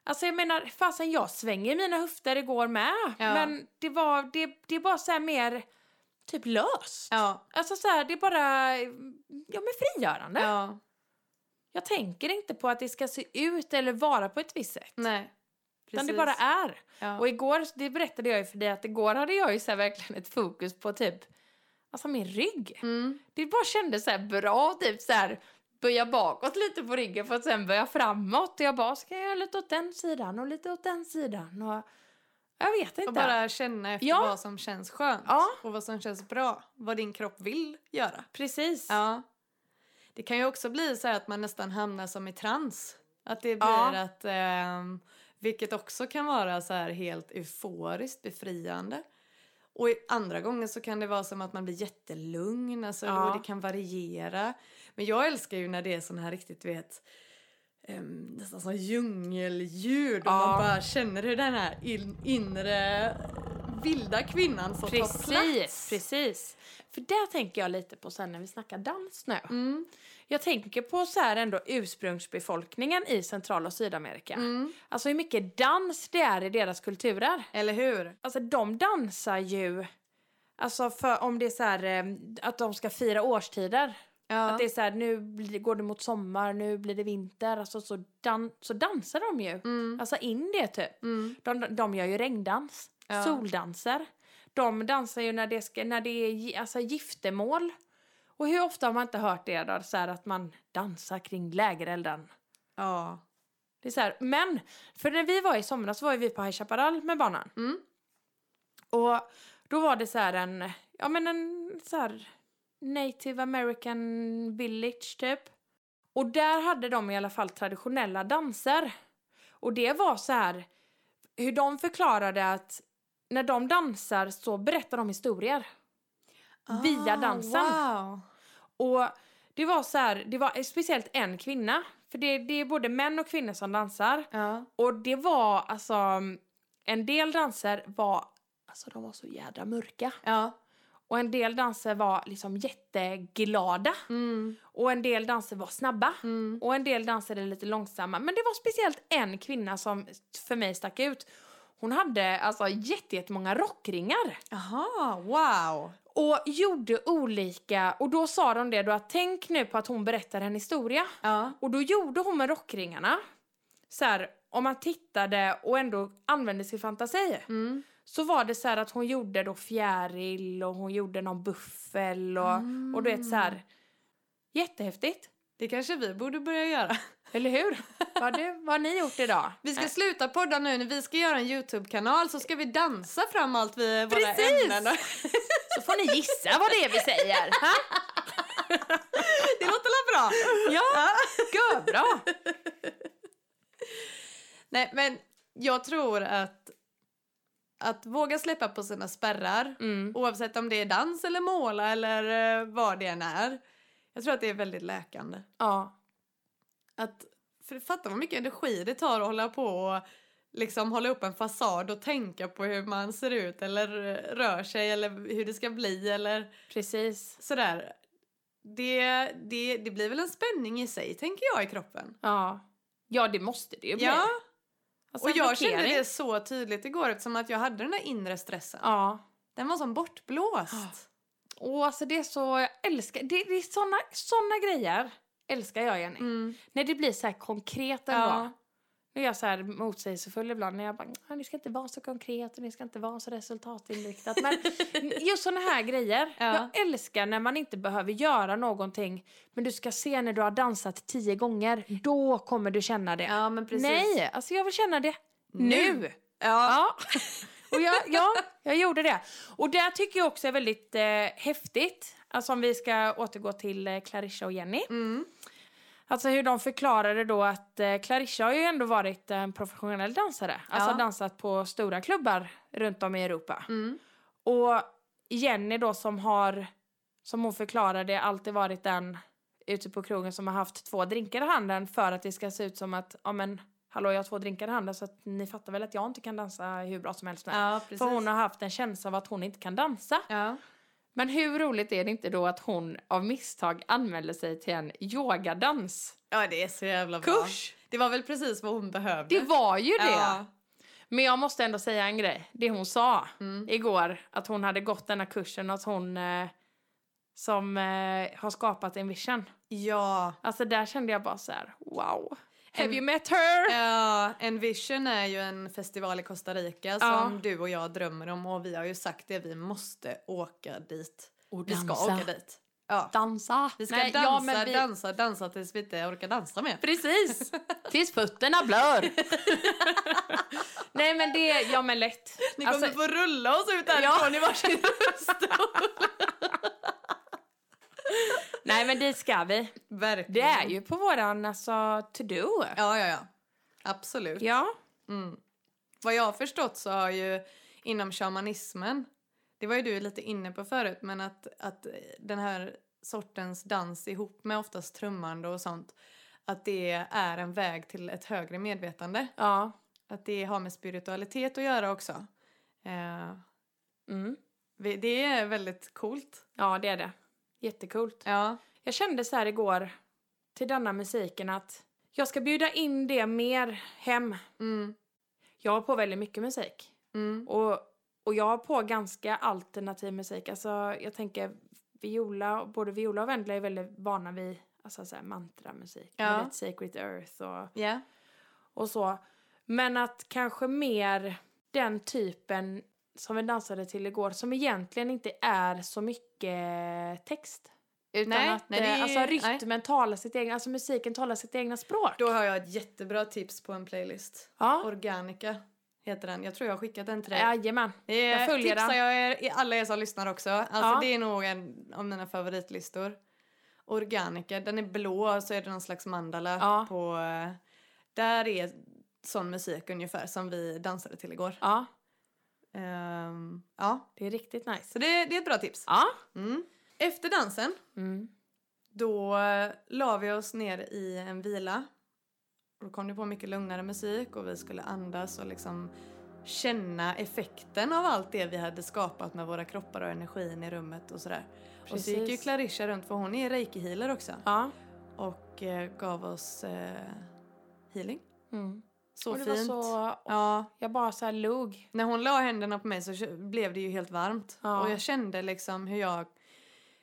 Speaker 2: alltså jag menar, fasen jag svänger mina höfter igår med.
Speaker 1: Ja.
Speaker 2: Men det var, det, det är bara såhär mer typ löst.
Speaker 1: Ja.
Speaker 2: Alltså såhär, det är bara, ja men frigörande.
Speaker 1: ja.
Speaker 2: Jag tänker inte på att det ska se ut eller vara på ett visst sätt.
Speaker 1: Nej.
Speaker 2: Utan
Speaker 1: Precis.
Speaker 2: det bara är.
Speaker 1: Ja.
Speaker 2: Och igår, det berättade jag ju för dig att igår hade jag ju så här verkligen ett fokus på typ, alltså min rygg.
Speaker 1: Mm.
Speaker 2: Det bara kändes så här bra, typ så här böja bakåt lite på ryggen för att sen böja framåt. Och jag bara, ska jag göra lite åt den sidan och lite åt den sidan och jag vet inte.
Speaker 1: Och bara känna efter
Speaker 2: Ja.
Speaker 1: vad som känns skönt
Speaker 2: Ja.
Speaker 1: och vad som känns bra. Vad din kropp vill göra.
Speaker 2: Precis.
Speaker 1: Ja. Det kan ju också bli så här att man nästan hamnar som i trans. Att det blir
Speaker 2: Ja.
Speaker 1: att... ehm, vilket också kan vara så här helt euforiskt befriande. Och i- andra gånger så kan det vara som att man blir jättelugn alltså,
Speaker 2: Ja.
Speaker 1: och det kan variera. Men jag älskar ju när det är sån här riktigt, du vet, ehm, nästan som djungelljud och
Speaker 2: Ja.
Speaker 1: man bara känner hur den här in, inre vilda kvinnan får ta
Speaker 2: Precis,
Speaker 1: plats.
Speaker 2: precis. För där tänker jag lite på sen när vi snackar dans nu.
Speaker 1: Mm,
Speaker 2: Jag tänker på så här ändå ursprungsbefolkningen i Central och Sydamerika.
Speaker 1: mm.
Speaker 2: Alltså hur mycket dans det är i deras kulturer.
Speaker 1: Eller hur?
Speaker 2: Alltså de dansar ju, alltså för, om det är så här eh, att de ska fira årstider.
Speaker 1: Ja.
Speaker 2: Att det är så här, nu blir det, går det mot sommar, nu blir det vinter. Alltså så, dan, så dansar de ju.
Speaker 1: Mm,
Speaker 2: Alltså in det typ.
Speaker 1: mm.
Speaker 2: De, de gör ju regndans,
Speaker 1: Ja.
Speaker 2: soldanser. De dansar ju när det, ska, när det är gi- alltså, giftermål. Och hur ofta har man inte hört det då? Så här att man dansar kring lägerelden.
Speaker 1: Ja.
Speaker 2: Det är så här, men, för när vi var i somras var ju vi på High Chaparral med barnen.
Speaker 1: Mm.
Speaker 2: Och då var det så här en, ja men en så här native american village typ. Och där hade de i alla fall traditionella danser. Och det var så här, hur de förklarade att när de dansar så berättar de historier. Via dansen.
Speaker 1: Ah, Wow.
Speaker 2: Och det var så här, det var speciellt en kvinna. För det, det är både män och kvinnor som dansar.
Speaker 1: Ja.
Speaker 2: Och det var alltså, en del danser var, alltså de var så jädra mörka.
Speaker 1: Ja.
Speaker 2: Och en del danser var liksom jätteglada.
Speaker 1: Mm,
Speaker 2: Och en del danser var snabba.
Speaker 1: mm.
Speaker 2: Och en del danser är lite långsamma. Men det var speciellt en kvinna som för mig stack ut. Hon hade alltså jätte- jättemånga rockringar.
Speaker 1: Aha, wow.
Speaker 2: Och gjorde olika, och då sa de det då att tänk nu på att hon berättar en historia.
Speaker 1: Ja.
Speaker 2: Och då gjorde hon med rockringarna, så här, om man tittade och ändå använde sin fantasi.
Speaker 1: Mm.
Speaker 2: Så var det så här att hon gjorde då fjäril och hon gjorde någon buffel och, och du vet så här. Jättehäftigt.
Speaker 1: Det kanske vi borde börja göra.
Speaker 2: Eller hur? vad, du, vad har ni gjort idag?
Speaker 1: Vi ska sluta podda nu. När vi ska göra en Youtube-kanal så ska vi dansa fram allt vi våra
Speaker 2: Precis!
Speaker 1: ämnen.
Speaker 2: Så får ni gissa vad det är vi säger.
Speaker 1: Det låter väl bra?
Speaker 2: ja, gud, bra.
Speaker 1: Nej, men jag tror att att våga släppa på sina spärrar
Speaker 2: Mm.
Speaker 1: oavsett om det är dans eller måla eller eh, vad det än är. Jag tror att det är väldigt läkande.
Speaker 2: Ja,
Speaker 1: Att, för fatta vad mycket energi det tar att hålla på och liksom hålla upp en fasad och tänka på hur man ser ut eller eh, rör sig eller hur det ska bli eller
Speaker 2: precis.
Speaker 1: sådär. Det, det, det blir väl en spänning i sig, tänker jag, i kroppen.
Speaker 2: Ja, ja det måste det ju bli.
Speaker 1: Ja,
Speaker 2: Alltså, en
Speaker 1: och jag kände
Speaker 2: blockering.
Speaker 1: det så tydligt igår eftersom att jag hade den där inre stressen.
Speaker 2: Ja.
Speaker 1: Den var som
Speaker 2: Ja.
Speaker 1: bortblåst.
Speaker 2: Och alltså det är så, jag älskar, det, det är såna, såna grejer älskar jag Jenny.
Speaker 1: Mm.
Speaker 2: När det blir så här konkret ändå.
Speaker 1: Ja.
Speaker 2: Nu är jag så här motsägelsefull ibland när jag bara, "Ah, ni ska inte vara så konkret och ni ska inte vara så resultatinriktat. Men just såna här grejer.
Speaker 1: Ja.
Speaker 2: Jag älskar när man inte behöver göra någonting. Men du ska se när du har dansat tio gånger, då kommer du känna det.
Speaker 1: Mm. Ja, men precis.
Speaker 2: Nej, alltså jag vill känna det nu.
Speaker 1: Nu. Ah. Ja.
Speaker 2: Ja. Och jag, ja, jag gjorde det. Och det tycker jag också är väldigt eh, häftigt. Alltså om vi ska återgå till eh, Clarissa och Jenny.
Speaker 1: Mm.
Speaker 2: Alltså hur de förklarade då att eh, Clarissa har ju ändå varit en professionell dansare. Alltså
Speaker 1: Ja.
Speaker 2: dansat på stora klubbar runt om i Europa.
Speaker 1: Mm.
Speaker 2: Och Jenny då som har, som hon förklarade, alltid varit den ute på krogen som har haft två drinkar i handen för att det ska se ut som att, ja men hallå jag har två drinkar i handen så att ni fattar väl att jag inte kan dansa hur bra som helst nu.
Speaker 1: ja, precis.
Speaker 2: för hon har haft en känsla av att hon inte kan dansa.
Speaker 1: Ja.
Speaker 2: Men hur roligt är det inte då att hon av misstag anmälde sig till en yogadans?
Speaker 1: ja, det är så jävla bra.
Speaker 2: Kurs!
Speaker 1: Det var väl precis vad hon behövde.
Speaker 2: Det var ju det!
Speaker 1: Ja.
Speaker 2: Men jag måste ändå säga en grej. Det hon sa
Speaker 1: Mm.
Speaker 2: igår, att hon hade gått denna kursen, att hon eh, som eh, har skapat en vision.
Speaker 1: Ja.
Speaker 2: Alltså där kände jag bara så här: wow. Have
Speaker 1: En-
Speaker 2: you met her?
Speaker 1: Ja, Envision är ju en festival i Costa Rica som
Speaker 2: Ja.
Speaker 1: du och jag drömmer om och vi har ju sagt det, vi måste åka dit.
Speaker 2: och
Speaker 1: Vi ska åka dit. Ja.
Speaker 2: Dansa.
Speaker 1: Vi ska
Speaker 2: Nej,
Speaker 1: dansa,
Speaker 2: ja, men vi-
Speaker 1: dansa, dansa tills vi inte orkar dansa mer.
Speaker 2: Precis! Tills fötterna blör. Nej men det, ja men lätt.
Speaker 1: Ni kommer
Speaker 2: Alltså,
Speaker 1: få rulla oss ut härifrån i varsin rullstol.
Speaker 2: nej men dit ska vi.
Speaker 1: Verkligen.
Speaker 2: Det är ju på våran alltså to do.
Speaker 1: Ja, ja, ja. Absolut.
Speaker 2: Ja.
Speaker 1: Mm. Vad jag har förstått så har ju inom shamanismen, det var ju du lite inne på förut, men att, att den här sortens dans ihop med oftast trummande och sånt, att det är en väg till ett högre medvetande.
Speaker 2: Ja.
Speaker 1: Att det har med spiritualitet att göra också. Eh,
Speaker 2: Mm.
Speaker 1: Vi- Det är väldigt coolt.
Speaker 2: Ja, det är det. Jättekult.
Speaker 1: Ja.
Speaker 2: Jag kände så här igår till denna musiken att jag ska bjuda in det mer hem.
Speaker 1: Mm.
Speaker 2: Jag har på väldigt mycket musik.
Speaker 1: Mm.
Speaker 2: Och, och jag har på ganska alternativ musik. Alltså jag tänker Viola, både Viola och Wendla är väldigt vana vid alltså så här mantramusik.
Speaker 1: Ja.
Speaker 2: Ja. Vet, Sacred Earth och,
Speaker 1: Ja.
Speaker 2: och så. Men att kanske mer den typen som vi dansade till igår som egentligen inte är så mycket text. Utan
Speaker 1: Nej,
Speaker 2: att
Speaker 1: nej, det
Speaker 2: eh,
Speaker 1: är-
Speaker 2: alltså,
Speaker 1: nej.
Speaker 2: rytmen talar sitt egna, alltså musiken talar sitt egna språk.
Speaker 1: Då har jag ett jättebra tips på en playlist.
Speaker 2: ja,
Speaker 1: Organica heter den. Jag tror jag har skickat den till dig.
Speaker 2: jajamän.
Speaker 1: jag
Speaker 2: följer
Speaker 1: tipsar
Speaker 2: den.
Speaker 1: jag er, i- alla er som lyssnar också. Alltså
Speaker 2: Ja.
Speaker 1: det är nog en av mina favoritlistor. Organica, den är blå och så är det någon slags mandala
Speaker 2: Ja.
Speaker 1: på... eh, Där är sån musik ungefär som vi dansade till igår.
Speaker 2: Ja,
Speaker 1: Ehm, ja,
Speaker 2: det är riktigt nice.
Speaker 1: så det, det är ett bra tips.
Speaker 2: Ja.
Speaker 1: Mm. Efter dansen
Speaker 2: Mm.
Speaker 1: Då eh, la vi oss ner i en vila. Då kom det på mycket lugnare musik och vi skulle andas och liksom känna effekten av allt det vi hade skapat med våra kroppar och energin i rummet och sådär. Och så gick ju
Speaker 2: Precis.
Speaker 1: Clarisha runt för hon är reiki-healer också
Speaker 2: Ja.
Speaker 1: och eh, gav oss eh, healing.
Speaker 2: Mm.
Speaker 1: Så
Speaker 2: och det
Speaker 1: fint.
Speaker 2: Var så,
Speaker 1: Ja,
Speaker 2: jag bara så här log.
Speaker 1: när hon la händerna på mig så kö- blev det ju helt varmt.
Speaker 2: Ja.
Speaker 1: Och jag kände liksom hur jag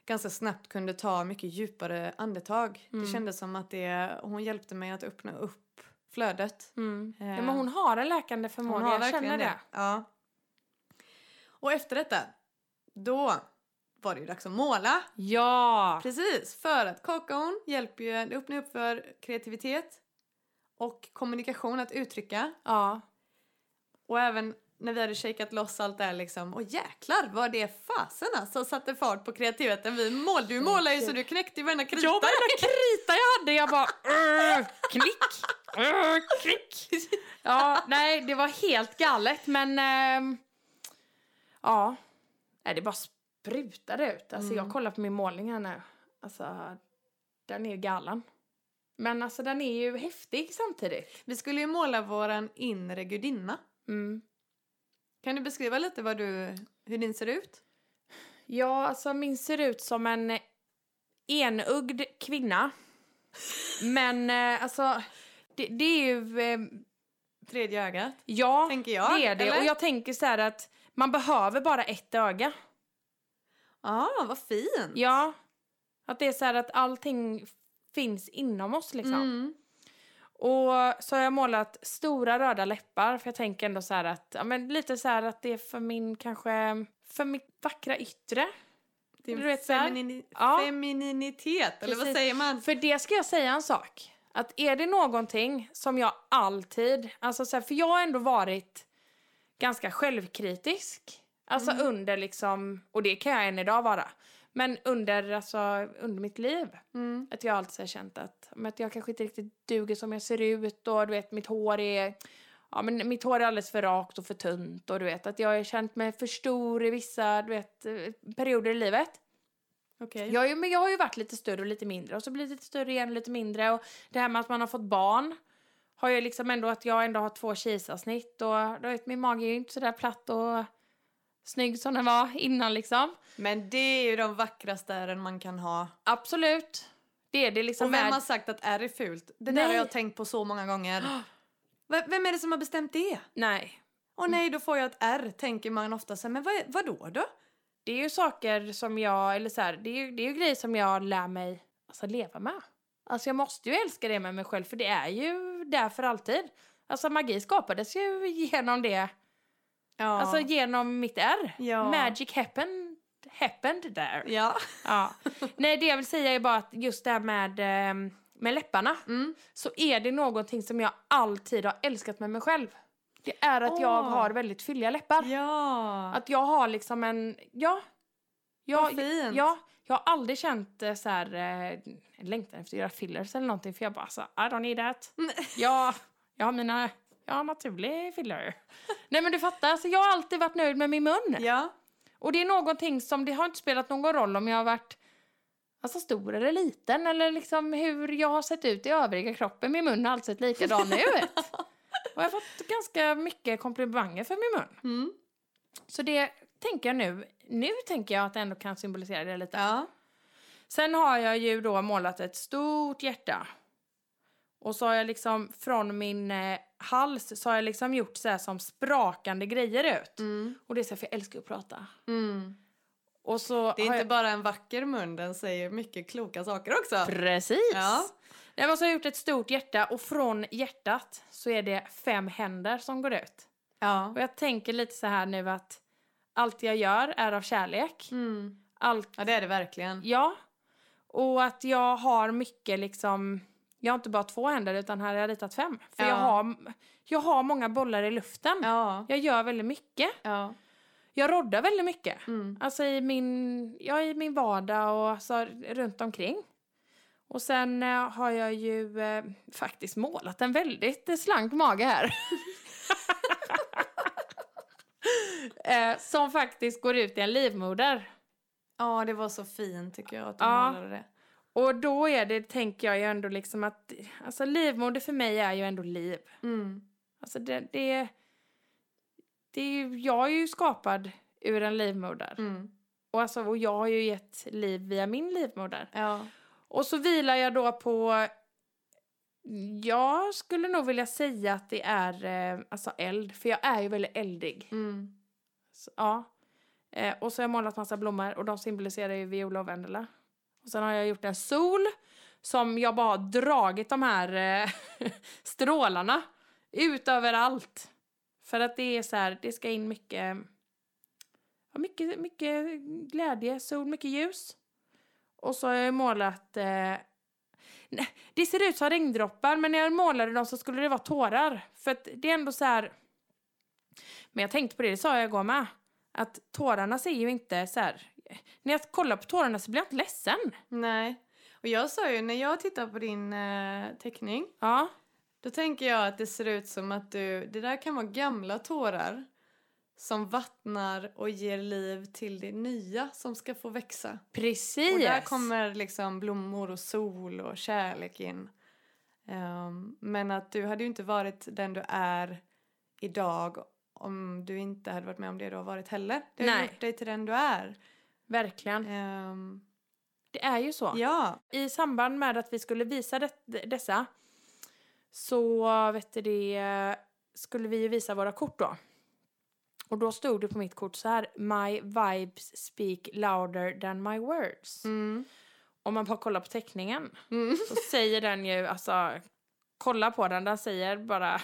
Speaker 1: ganska snabbt kunde ta mycket djupare andetag. Det
Speaker 2: Mm.
Speaker 1: kändes som att det, hon hjälpte mig att öppna upp flödet.
Speaker 2: Mm. Ja,
Speaker 1: Eh,
Speaker 2: men hon har en läkande förmåga,
Speaker 1: har
Speaker 2: jag
Speaker 1: verkligen
Speaker 2: känner det.
Speaker 1: Ja. Och efter detta, då var det ju dags att måla.
Speaker 2: Ja!
Speaker 1: Precis, för att kakaon hjälper ju, det öppnar upp för kreativitet och kommunikation, att uttrycka.
Speaker 2: Ja,
Speaker 1: Och även när vi hade shakat loss allt det här liksom. Och jäklar vad det fasen alltså satte fart på kreativiteten. Vi mål, du målar ju så du knäckte ju varenda krita.
Speaker 2: Jag var den krita jag hade. Jag bara "Urr, klick, urr, klick. Ja, nej, det var helt galet, men ehm, ja, nej, det bara sprutade ut. Alltså,
Speaker 1: Mm.
Speaker 2: Jag kollar på min målning här nu. Alltså, den är ju galen. Men alltså, den är ju häftig samtidigt.
Speaker 1: Vi skulle ju måla våran inre gudinna.
Speaker 2: Mm.
Speaker 1: Kan du beskriva lite vad du, hur din ser ut?
Speaker 2: Ja, alltså min ser ut som en eh, enögd kvinna. Men eh, alltså, det, det är ju... Eh,
Speaker 1: Tredje ögat,
Speaker 2: ja.
Speaker 1: tänker jag.
Speaker 2: det är det.
Speaker 1: Eller?
Speaker 2: Och jag tänker så här att man behöver bara ett öga.
Speaker 1: ah, vad fint.
Speaker 2: Ja. Att det är så här att allting finns inom oss liksom.
Speaker 1: Mm.
Speaker 2: Och så har jag målat stora röda läppar för jag tänker ändå så här att, ja men lite så här att det är för min kanske, för mitt vackra yttre.
Speaker 1: Din
Speaker 2: Du vet, så här.
Speaker 1: feminini-
Speaker 2: Ja.
Speaker 1: femininitet, eller vad
Speaker 2: Precis.
Speaker 1: säger man?
Speaker 2: För det ska jag säga en sak. Att är det någonting som jag alltid, alltså så här, för jag har ändå varit ganska självkritisk. Alltså
Speaker 1: Mm.
Speaker 2: under liksom, och det kan jag än idag vara. Men under, alltså, under mitt liv.
Speaker 1: Mm.
Speaker 2: Att jag alltid har känt att, men att jag kanske inte riktigt duger som jag ser ut och du vet mitt hår är, ja men mitt hår är alldeles för rakt och för tunt och du vet att jag har känt mig för stor i vissa, du vet, eh, perioder i livet.
Speaker 1: Okej.
Speaker 2: Jag, är ju- men jag har ju varit lite större och lite mindre och så blir det lite större igen och lite mindre och det här med att man har fått barn har ju liksom ändå att jag ändå har två kisarsnitt och du vet min mage är ju inte så där platt och snygg som den var innan liksom.
Speaker 1: Men det är ju de vackraste ärren man kan ha.
Speaker 2: Absolut. Det är det liksom
Speaker 1: Och vem
Speaker 2: med-
Speaker 1: har sagt att ärr är fult? Det där
Speaker 2: Nej.
Speaker 1: har jag tänkt på så många gånger. V- vem är det som har bestämt det?
Speaker 2: Nej.
Speaker 1: Åh nej, då får jag ett R, tänker man ofta. Så, här, men vad, vadå då?
Speaker 2: Det är ju saker som jag, eller så här, det är ju, det är ju grejer som jag lär mig alltså leva med. Alltså jag måste ju älska det med mig själv för det är ju där för alltid. Alltså magi skapades ju genom det
Speaker 1: Ja.
Speaker 2: Alltså genom mitt R.
Speaker 1: Ja.
Speaker 2: Magic happened, happened there.
Speaker 1: ja.
Speaker 2: Ja. Nej, det jag vill säga är bara att just det här med, ehm, med läpparna
Speaker 1: Mm.
Speaker 2: så är det någonting som jag alltid har älskat med mig själv. Det är att jag
Speaker 1: Åh.
Speaker 2: har väldigt fylliga läppar.
Speaker 1: Ja.
Speaker 2: Att jag har liksom en... Ja.
Speaker 1: Vad
Speaker 2: Jag,
Speaker 1: fint.
Speaker 2: ja, jag har aldrig känt eh, så här, eh, en längtan efter att göra fillers eller någonting för jag bara så I don't need that.
Speaker 1: Mm.
Speaker 2: Jag, jag har mina... Jag har naturlig filler. Nej men du fattar, alltså, jag har alltid varit nöjd med min mun.
Speaker 1: ja.
Speaker 2: Och det är någonting som, det har inte spelat någon roll om jag har varit alltså, stor eller liten eller liksom hur jag har sett ut i övriga kroppen. Min mun har alltid sett likadan ut. Och jag har fått ganska mycket komplimanger för min mun.
Speaker 1: Mm.
Speaker 2: Så det tänker jag nu. Nu tänker jag att det ändå kan symbolisera det lite.
Speaker 1: Ja.
Speaker 2: Sen har jag ju då målat ett stort hjärta. Och så har jag liksom från min eh, hals så har jag liksom gjort så här som sprakande grejer ut.
Speaker 1: Mm.
Speaker 2: Och det är så här, för jag älskar att prata.
Speaker 1: Mm.
Speaker 2: Och så
Speaker 1: Det är
Speaker 2: har
Speaker 1: inte
Speaker 2: jag...
Speaker 1: bara en vacker mun, den säger mycket kloka saker också.
Speaker 2: Precis!
Speaker 1: Ja.
Speaker 2: Nej, men så har jag gjort ett stort hjärta och från hjärtat så är det fem händer som går ut.
Speaker 1: Ja.
Speaker 2: Och jag tänker lite så här nu att allt jag gör är av kärlek.
Speaker 1: Mm.
Speaker 2: Allt
Speaker 1: ja, det är det verkligen.
Speaker 2: Ja. Och att jag har mycket liksom... Jag har inte bara två händer utan här har jag ritat fem. För
Speaker 1: Ja.
Speaker 2: jag, har, jag har många bollar i luften.
Speaker 1: Ja.
Speaker 2: Jag gör väldigt mycket.
Speaker 1: Ja.
Speaker 2: Jag roddar väldigt mycket.
Speaker 1: Mm.
Speaker 2: Alltså i min, ja, i min vardag och alltså runt omkring. Och sen eh, har jag ju eh, faktiskt målat en väldigt eh, slank mage här. eh, som faktiskt går ut i en livmoder.
Speaker 1: ja, det var så fint tycker jag att du
Speaker 2: Ja.
Speaker 1: målade det.
Speaker 2: Och då är det, tänker jag ju ändå liksom att, alltså livmoder för mig är ju ändå liv.
Speaker 1: Mm.
Speaker 2: Alltså det, det, det är ju, jag är ju skapad ur en livmoder.
Speaker 1: Mm.
Speaker 2: Och, alltså, och jag har ju gett liv via min livmoder.
Speaker 1: Ja.
Speaker 2: Och så vilar jag då på, jag skulle nog vilja säga att det är eh, alltså eld, för jag är ju väldigt eldig.
Speaker 1: Mm.
Speaker 2: Så, ja. Eh, och så har jag målat massa blommor och de symboliserar ju viola och vendela. Och sen har jag gjort en sol som jag bara har dragit de här eh, strålarna ut överallt. För att det är så här, det ska in mycket, ja, mycket, mycket glädje, sol, mycket ljus. Och så har jag ju målat, eh, nej, det ser ut som regndroppar men när jag målade dem så skulle det vara tårar. För att det är ändå så här, men jag tänkte på det, det sa jag igår med. Att tårarna ser ju inte så här... När jag kollar på tårarna så blir jag inte ledsen.
Speaker 1: Nej. Och jag sa ju, när jag tittar på din eh, teckning
Speaker 2: Ja.
Speaker 1: Då tänker jag att det ser ut som att du, det där kan vara gamla tårar som vattnar och ger liv till det nya som ska få växa.
Speaker 2: Precis.
Speaker 1: Och där kommer liksom blommor och sol och kärlek in. Ehm, men att du hade ju inte varit den du är idag om du inte hade varit med om det du har varit heller. Det har ju
Speaker 2: Nej.
Speaker 1: gjort dig till den du är.
Speaker 2: Verkligen.
Speaker 1: Ehm,
Speaker 2: Det är ju så.
Speaker 1: ja.
Speaker 2: I samband med att vi skulle visa det, dessa så vet du, det, skulle vi ju visa våra kort då. Och då stod det på mitt kort så här. My vibes speak louder than my words.
Speaker 1: Mm.
Speaker 2: Om man bara kollar på teckningen.
Speaker 1: Mm.
Speaker 2: så säger den ju, alltså, kolla på den, den säger bara,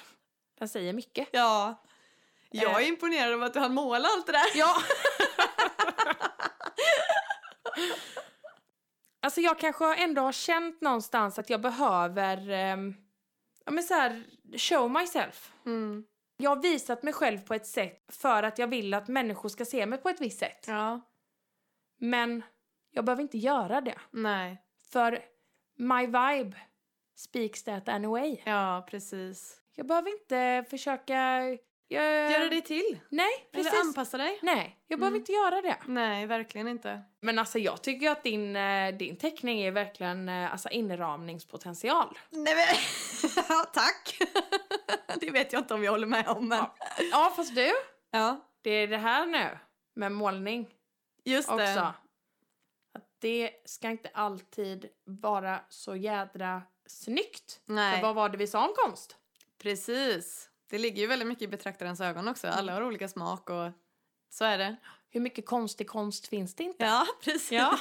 Speaker 2: den säger mycket.
Speaker 1: Ja. Eh. Jag är imponerad av att du hann måla allt det där.
Speaker 2: Ja! alltså jag kanske ändå har känt någonstans att jag behöver, ehm, ja men så här, show myself.
Speaker 1: Mm.
Speaker 2: Jag har visat mig själv på ett sätt för att jag vill att människor ska se mig på ett visst sätt.
Speaker 1: Ja.
Speaker 2: Men jag behöver inte göra det.
Speaker 1: Nej.
Speaker 2: För my vibe speaks that anyway.
Speaker 1: Ja, precis.
Speaker 2: Jag behöver inte försöka... Jag...
Speaker 1: Göra dig till.
Speaker 2: Nej, precis.
Speaker 1: Eller anpassa dig.
Speaker 2: Nej, jag behöver
Speaker 1: Mm.
Speaker 2: inte göra det.
Speaker 1: Nej, verkligen inte.
Speaker 2: Men alltså jag tycker ju att din, eh, din teckning är verkligen eh, alltså, inramningspotential.
Speaker 1: Nej, men... ja, tack. det vet jag inte om jag håller med om, men...
Speaker 2: Ja. Ja, fast du,
Speaker 1: Ja,
Speaker 2: det är det här nu med målning
Speaker 1: just
Speaker 2: också.
Speaker 1: det.
Speaker 2: Att det ska inte alltid vara så jädra snyggt. För
Speaker 1: Nej,
Speaker 2: vad var det vi sa om konst?
Speaker 1: precis. Det ligger ju väldigt mycket i betraktarens ögon också. Alla har olika smak och så är det.
Speaker 2: Hur mycket konstig konst finns det inte?
Speaker 1: Ja, precis.
Speaker 2: Ja.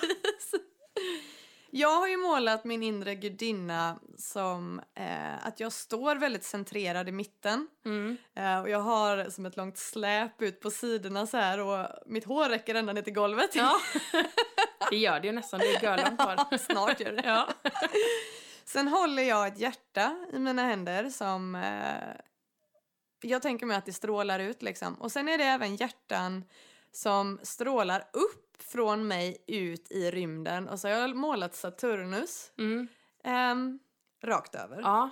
Speaker 1: Jag har ju målat min inre gudinna som eh, att jag står väldigt centrerad i mitten.
Speaker 2: Mm.
Speaker 1: Eh, Och jag har som ett långt släp ut på sidorna så här och mitt hår räcker ända ner till golvet.
Speaker 2: Ja. Det gör det ju nästan, det är görlångt kvar.
Speaker 1: Ja, snart gör det.
Speaker 2: Ja.
Speaker 1: Sen håller jag ett hjärta i mina händer som eh, jag tänker mig att det strålar ut liksom. Och sen är det även hjärtan som strålar upp från mig ut i rymden. Och så har jag målat Saturnus
Speaker 2: Mm.
Speaker 1: ehm, rakt över.
Speaker 2: Ja.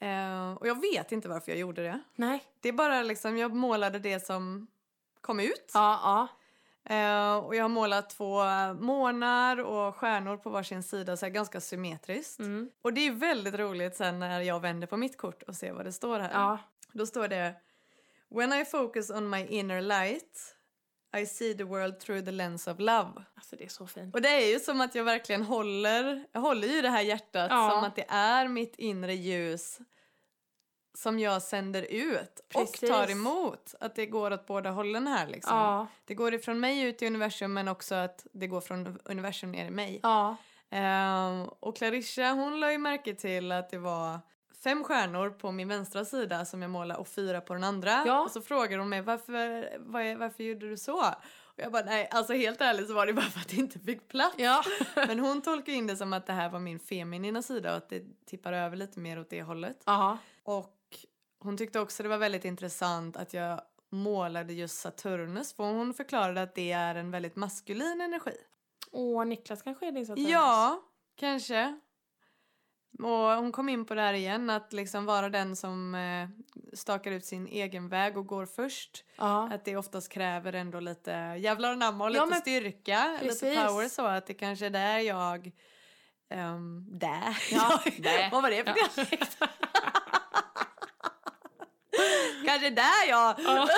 Speaker 1: Eh, och jag vet inte varför jag gjorde det.
Speaker 2: Nej.
Speaker 1: Det är bara liksom, jag målade det som kom ut.
Speaker 2: Ja, ja.
Speaker 1: Eh, och jag har målat två månar och stjärnor på varsin sida, så här ganska symmetriskt.
Speaker 2: Mm.
Speaker 1: Och det är väldigt roligt sen när jag vänder på mitt kort och ser vad det står här.
Speaker 2: Ja.
Speaker 1: Då står det When I focus on my inner light I see the world through the lens of love.
Speaker 2: Alltså det är så fint.
Speaker 1: Och det är ju som att jag verkligen håller, jag håller ju det här hjärtat
Speaker 2: Ja.
Speaker 1: som att det är mitt inre ljus som jag sänder ut och
Speaker 2: Precis.
Speaker 1: tar emot. Att det går åt båda hållen här liksom.
Speaker 2: Ja,
Speaker 1: Det går ifrån mig ut i universum men också att det går från universum ner i mig.
Speaker 2: ja,
Speaker 1: Ehm, och Clarissa hon la ju märke till att det var fem stjärnor på min vänstra sida som jag målade och fyra på den andra.
Speaker 2: Ja.
Speaker 1: Och så frågade hon mig varför, vad är, varför gjorde du så? Och jag bara nej, alltså helt ärligt så var det bara för att det inte fick plats.
Speaker 2: ja.
Speaker 1: Men hon tolkar in det som att det här var min feminina sida och att det tippar över lite mer åt det hållet.
Speaker 2: ja.
Speaker 1: Och hon tyckte också det var väldigt intressant att jag målade just Saturnus för hon förklarade att det är en väldigt maskulin energi.
Speaker 2: Åh, Niklas kanske är din Saturnus?
Speaker 1: Ja, kanske. Och hon kom in på det här igen, att liksom vara den som eh, stakar ut sin egen väg och går först.
Speaker 2: ja.
Speaker 1: Att det oftast kräver ändå lite jävlar anamma och
Speaker 2: Ja,
Speaker 1: lite
Speaker 2: men
Speaker 1: styrka, lite
Speaker 2: precis.
Speaker 1: power så att det kanske är där jag... Um, där.
Speaker 2: Ja,
Speaker 1: Jag-
Speaker 2: där.
Speaker 1: Vad var det för
Speaker 2: Ja.
Speaker 1: dialekt? kanske där jag...
Speaker 2: Ja.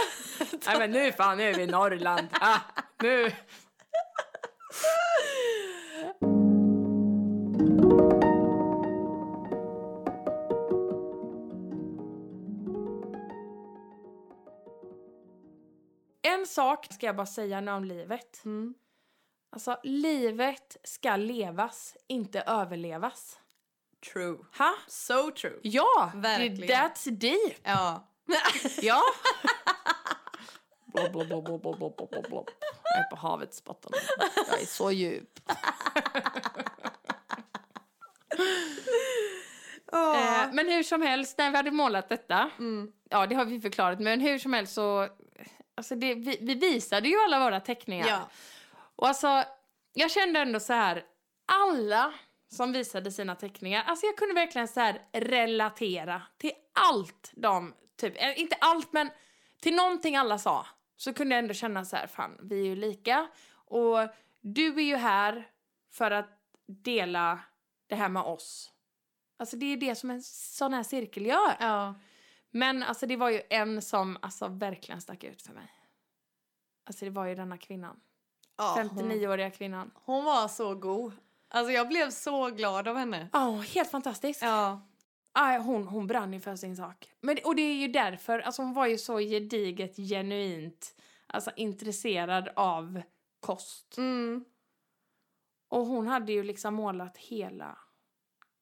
Speaker 2: Nej men nu fan, nu är vi i Norrland. Ah, nu. En sak ska jag bara säga nu om livet.
Speaker 1: Mm.
Speaker 2: Alltså, livet ska levas, inte överlevas.
Speaker 1: True.
Speaker 2: Ha?
Speaker 1: So true.
Speaker 2: Ja!
Speaker 1: Verkligen.
Speaker 2: det- That's deep.
Speaker 1: Ja.
Speaker 2: Ja. Blob, blob, blob, blob, blob, blob, blob, blob. Jag är på havets botten. Jag är så djup.
Speaker 1: Åh.
Speaker 2: Eh, men hur som helst, när vi hade målat detta,
Speaker 1: Mm.
Speaker 2: ja det har vi förklarat, men hur som helst så, alltså det, vi, vi visade ju alla våra teckningar.
Speaker 1: Ja.
Speaker 2: Och alltså, jag kände ändå så här, alla som visade sina teckningar, alltså jag kunde verkligen så här relatera till allt de, typ, eh, inte allt men till någonting alla sa. Så kunde jag ändå känna så här, fan vi är ju lika och du är ju här för att dela det här med oss. Alltså det är det som en sån här cirkel gör.
Speaker 1: Ja.
Speaker 2: Men alltså det var ju en som alltså verkligen stack ut för mig. Alltså det var ju denna kvinnan.
Speaker 1: Ja, hon-
Speaker 2: 59-åriga kvinnan.
Speaker 1: Hon var så god. Alltså jag blev så glad av henne.
Speaker 2: Ja, helt fantastisk.
Speaker 1: Ja.
Speaker 2: Aj, hon, hon brann ju för sin sak. Men, och det är ju därför, alltså hon var ju så gediget, genuint, alltså intresserad av kost.
Speaker 1: Mm.
Speaker 2: Och hon hade ju liksom målat hela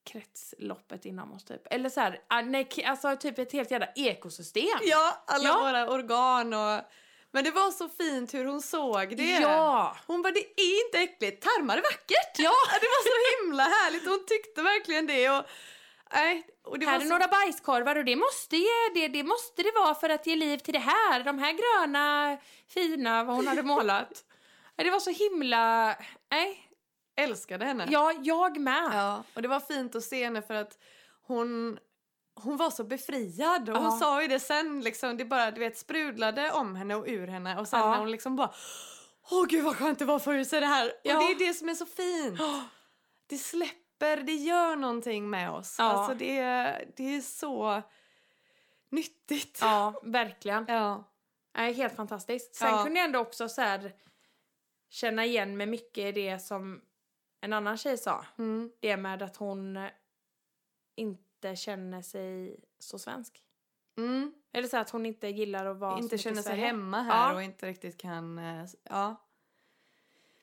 Speaker 2: kretsloppet inom oss typ. Eller så här, ah, nej, k- alltså typ ett helt jävla ekosystem.
Speaker 1: Ja, alla
Speaker 2: Ja.
Speaker 1: våra organ och... Men det var så fint hur hon såg det.
Speaker 2: Ja!
Speaker 1: Hon bara, det är inte äckligt, tarmar är vackert. Ja. Det var så himla härligt, hon tyckte verkligen det. Och, nej, och det
Speaker 2: här
Speaker 1: var
Speaker 2: är
Speaker 1: så...
Speaker 2: några bajskorvar och det måste, ge, det, det måste det vara för att ge liv till det här. De här gröna, fina, vad hon hade målat. Nej, Det var så himla... Nej,
Speaker 1: älskade henne.
Speaker 2: ja, jag med.
Speaker 1: Ja, och det var fint att se henne för att hon, hon var så befriad. Och hon
Speaker 2: Ja.
Speaker 1: sa ju det sen, liksom, det bara du vet, sprudlade om henne och ur henne. Och sen
Speaker 2: Ja.
Speaker 1: när hon liksom bara, åh gud vad skönt det var att få ur sig det här.
Speaker 2: Ja.
Speaker 1: Och det är det som är så fint. Det släpper, det gör någonting med oss.
Speaker 2: Ja.
Speaker 1: Alltså det, är- det är så nyttigt.
Speaker 2: Ja, verkligen.
Speaker 1: Ja.
Speaker 2: Nej, helt fantastiskt. Sen
Speaker 1: Ja.
Speaker 2: kunde jag ändå också så här, känna igen mig mycket i det som en annan tjej sa.
Speaker 1: Mm.
Speaker 2: Det med att hon inte känner sig så svensk.
Speaker 1: Mm.
Speaker 2: Eller så här, att hon inte gillar att vara så
Speaker 1: Inte
Speaker 2: mycket i
Speaker 1: känner sig
Speaker 2: Sverige.
Speaker 1: hemma här
Speaker 2: Ja.
Speaker 1: och inte riktigt kan... eh, s- Ja.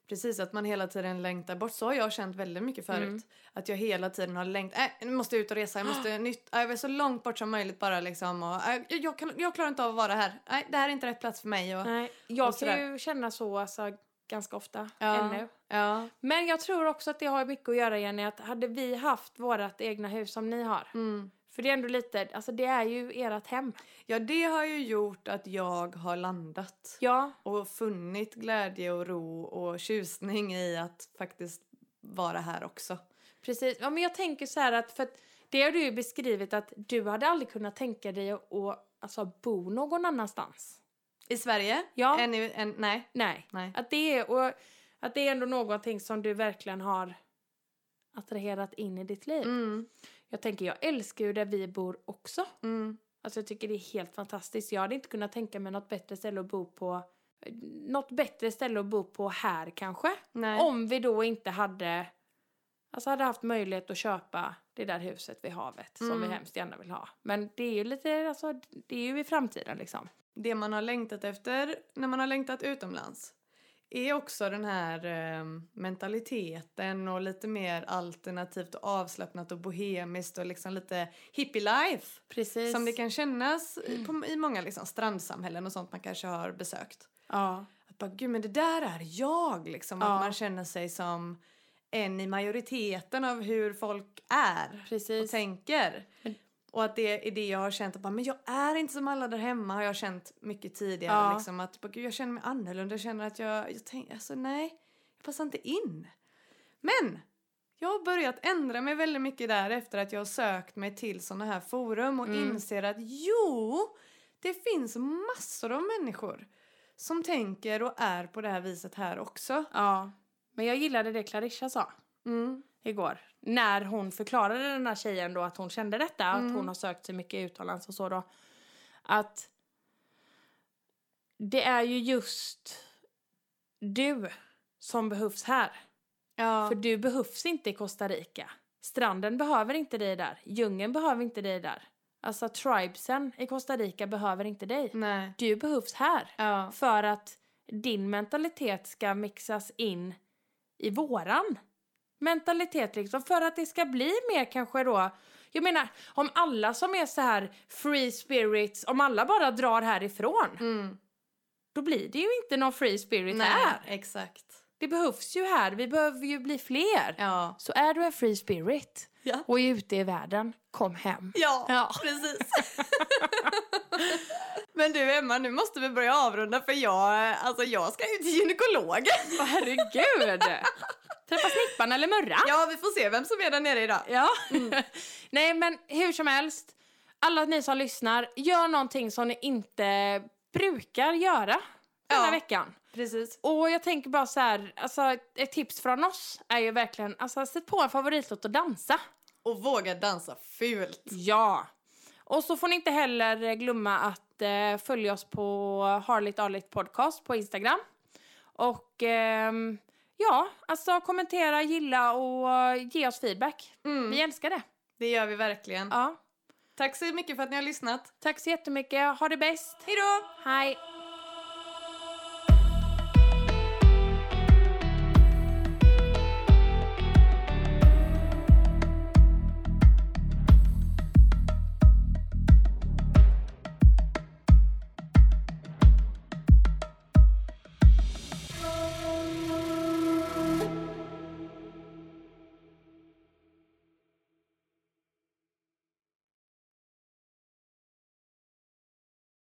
Speaker 1: Precis, att man hela tiden längtar bort. Så har jag känt väldigt mycket förut.
Speaker 2: Mm.
Speaker 1: Att jag hela tiden har längtat. Äh, nu måste jag ut och resa. Jag måste nytt, äh, jag vill så långt bort som möjligt bara liksom. Och, äh, jag, jag, kan, jag klarar inte av att vara här. Nej, det här är inte rätt plats för mig. Och,
Speaker 2: Nej, jag
Speaker 1: och sådär.
Speaker 2: kan ju känna så alltså, ganska ofta
Speaker 1: Ja.
Speaker 2: ännu.
Speaker 1: Ja.
Speaker 2: Men jag tror också att det har mycket att göra Jenny, att hade vi haft vårt egna hus som ni har.
Speaker 1: Mm.
Speaker 2: För det är ändå lite, alltså det är ju ert hem.
Speaker 1: ja, det har ju gjort att jag har landat.
Speaker 2: Ja,
Speaker 1: Och funnit glädje och ro och tjusning i att faktiskt vara här också.
Speaker 2: precis. Ja, men jag tänker så här att, för att det har du ju beskrivit att du hade aldrig kunnat tänka dig att att, alltså, bo någon annanstans.
Speaker 1: I Sverige?
Speaker 2: Ja, Alltså,
Speaker 1: Än i- än- nej.
Speaker 2: nej.
Speaker 1: nej.
Speaker 2: Att det, är, och, att det är ändå någonting som du verkligen har attraherat in i ditt liv.
Speaker 1: Mm.
Speaker 2: Jag tänker, jag älskar ju där vi bor också.
Speaker 1: Mm.
Speaker 2: Alltså jag tycker det är helt fantastiskt. Jag hade inte kunnat tänka mig något bättre ställe att bo på något bättre ställe att bo på här kanske.
Speaker 1: Nej.
Speaker 2: Om vi då inte hade, alltså hade haft möjlighet att köpa det där huset vid havet som vi
Speaker 1: Mm.
Speaker 2: hemskt gärna vill ha. Men det är ju lite, alltså det är ju i framtiden liksom.
Speaker 1: det man har längtat efter när man har längtat utomlands är också den här eh, mentaliteten och lite mer alternativt och avslappnat och bohemiskt och liksom lite hippie life
Speaker 2: Precis. Mm.
Speaker 1: som det kan kännas i- på, i många liksom strandsamhällen och sånt man kanske har besökt.
Speaker 2: Ja.
Speaker 1: Att bara, gud men det där är jag liksom.
Speaker 2: Ja.
Speaker 1: Att man känner sig som en i majoriteten av hur folk är och
Speaker 2: Precis.
Speaker 1: tänker.
Speaker 2: Men-
Speaker 1: Och att det är det jag har känt att bara, men jag är inte som alla där hemma har jag känt mycket tidigare.
Speaker 2: Ja.
Speaker 1: Liksom, att bara, gud, jag känner mig annorlunda, jag känner att jag, jag tänker, alltså nej, jag passar inte in. Men jag har börjat ändra mig väldigt mycket där efter att jag har sökt mig till sådana här forum och
Speaker 2: Mm.
Speaker 1: inser att jo, det finns massor av människor som tänker och är på det här viset här också.
Speaker 2: ja. Men jag gillade det Clarissa sa.
Speaker 1: Mm.
Speaker 2: igår. När hon förklarade den här tjejen då att hon kände detta,
Speaker 1: Mm.
Speaker 2: att hon har sökt sig mycket utomlands och så då. Att det är ju just du som behövs här.
Speaker 1: Ja.
Speaker 2: För du behövs inte i Costa Rica. Stranden behöver inte dig där. Djungeln behöver inte dig där. Alltså tribesen i Costa Rica behöver inte dig.
Speaker 1: nej.
Speaker 2: Du behövs här.
Speaker 1: Mm. Ja.
Speaker 2: För att din mentalitet ska mixas in i våran mentalitet liksom. För att det ska bli mer kanske då. Jag menar om alla som är så här free spirits, om alla bara drar härifrån.
Speaker 1: Mm.
Speaker 2: Då blir det ju inte någon free spirit
Speaker 1: Nej,
Speaker 2: här.
Speaker 1: exakt.
Speaker 2: Det behövs ju här, vi behöver ju bli fler.
Speaker 1: Ja.
Speaker 2: Så är du en free spirit
Speaker 1: Ja.
Speaker 2: och är ute i världen, kom hem.
Speaker 1: Ja,
Speaker 2: Ja.
Speaker 1: precis. Men du Emma, nu måste vi börja avrunda för jag, alltså jag ska ju till gynekologen.
Speaker 2: Herregud! Träffa snippan eller murran.
Speaker 1: Ja, vi får se vem som är där nere idag.
Speaker 2: Ja. Mm. Nej, men hur som helst. Alla ni som lyssnar, gör någonting som ni inte brukar göra den här
Speaker 1: Ja.
Speaker 2: veckan.
Speaker 1: Precis.
Speaker 2: Och jag tänker bara så här, alltså ett tips från oss är ju verkligen, alltså sätt på en favoritlåt och dansa.
Speaker 1: Och våga dansa fult.
Speaker 2: Ja. Och så får ni inte heller glömma att eh, följa oss på Harligt Arligt Podcast på Instagram. Och ehm, ja, alltså kommentera, gilla och eh, ge oss feedback.
Speaker 1: Mm.
Speaker 2: Vi älskar det.
Speaker 1: Det gör vi verkligen.
Speaker 2: Ja.
Speaker 1: Tack så mycket för att ni har lyssnat.
Speaker 2: Tack så jättemycket. Ha det bäst.
Speaker 1: Hej då!
Speaker 2: Hej.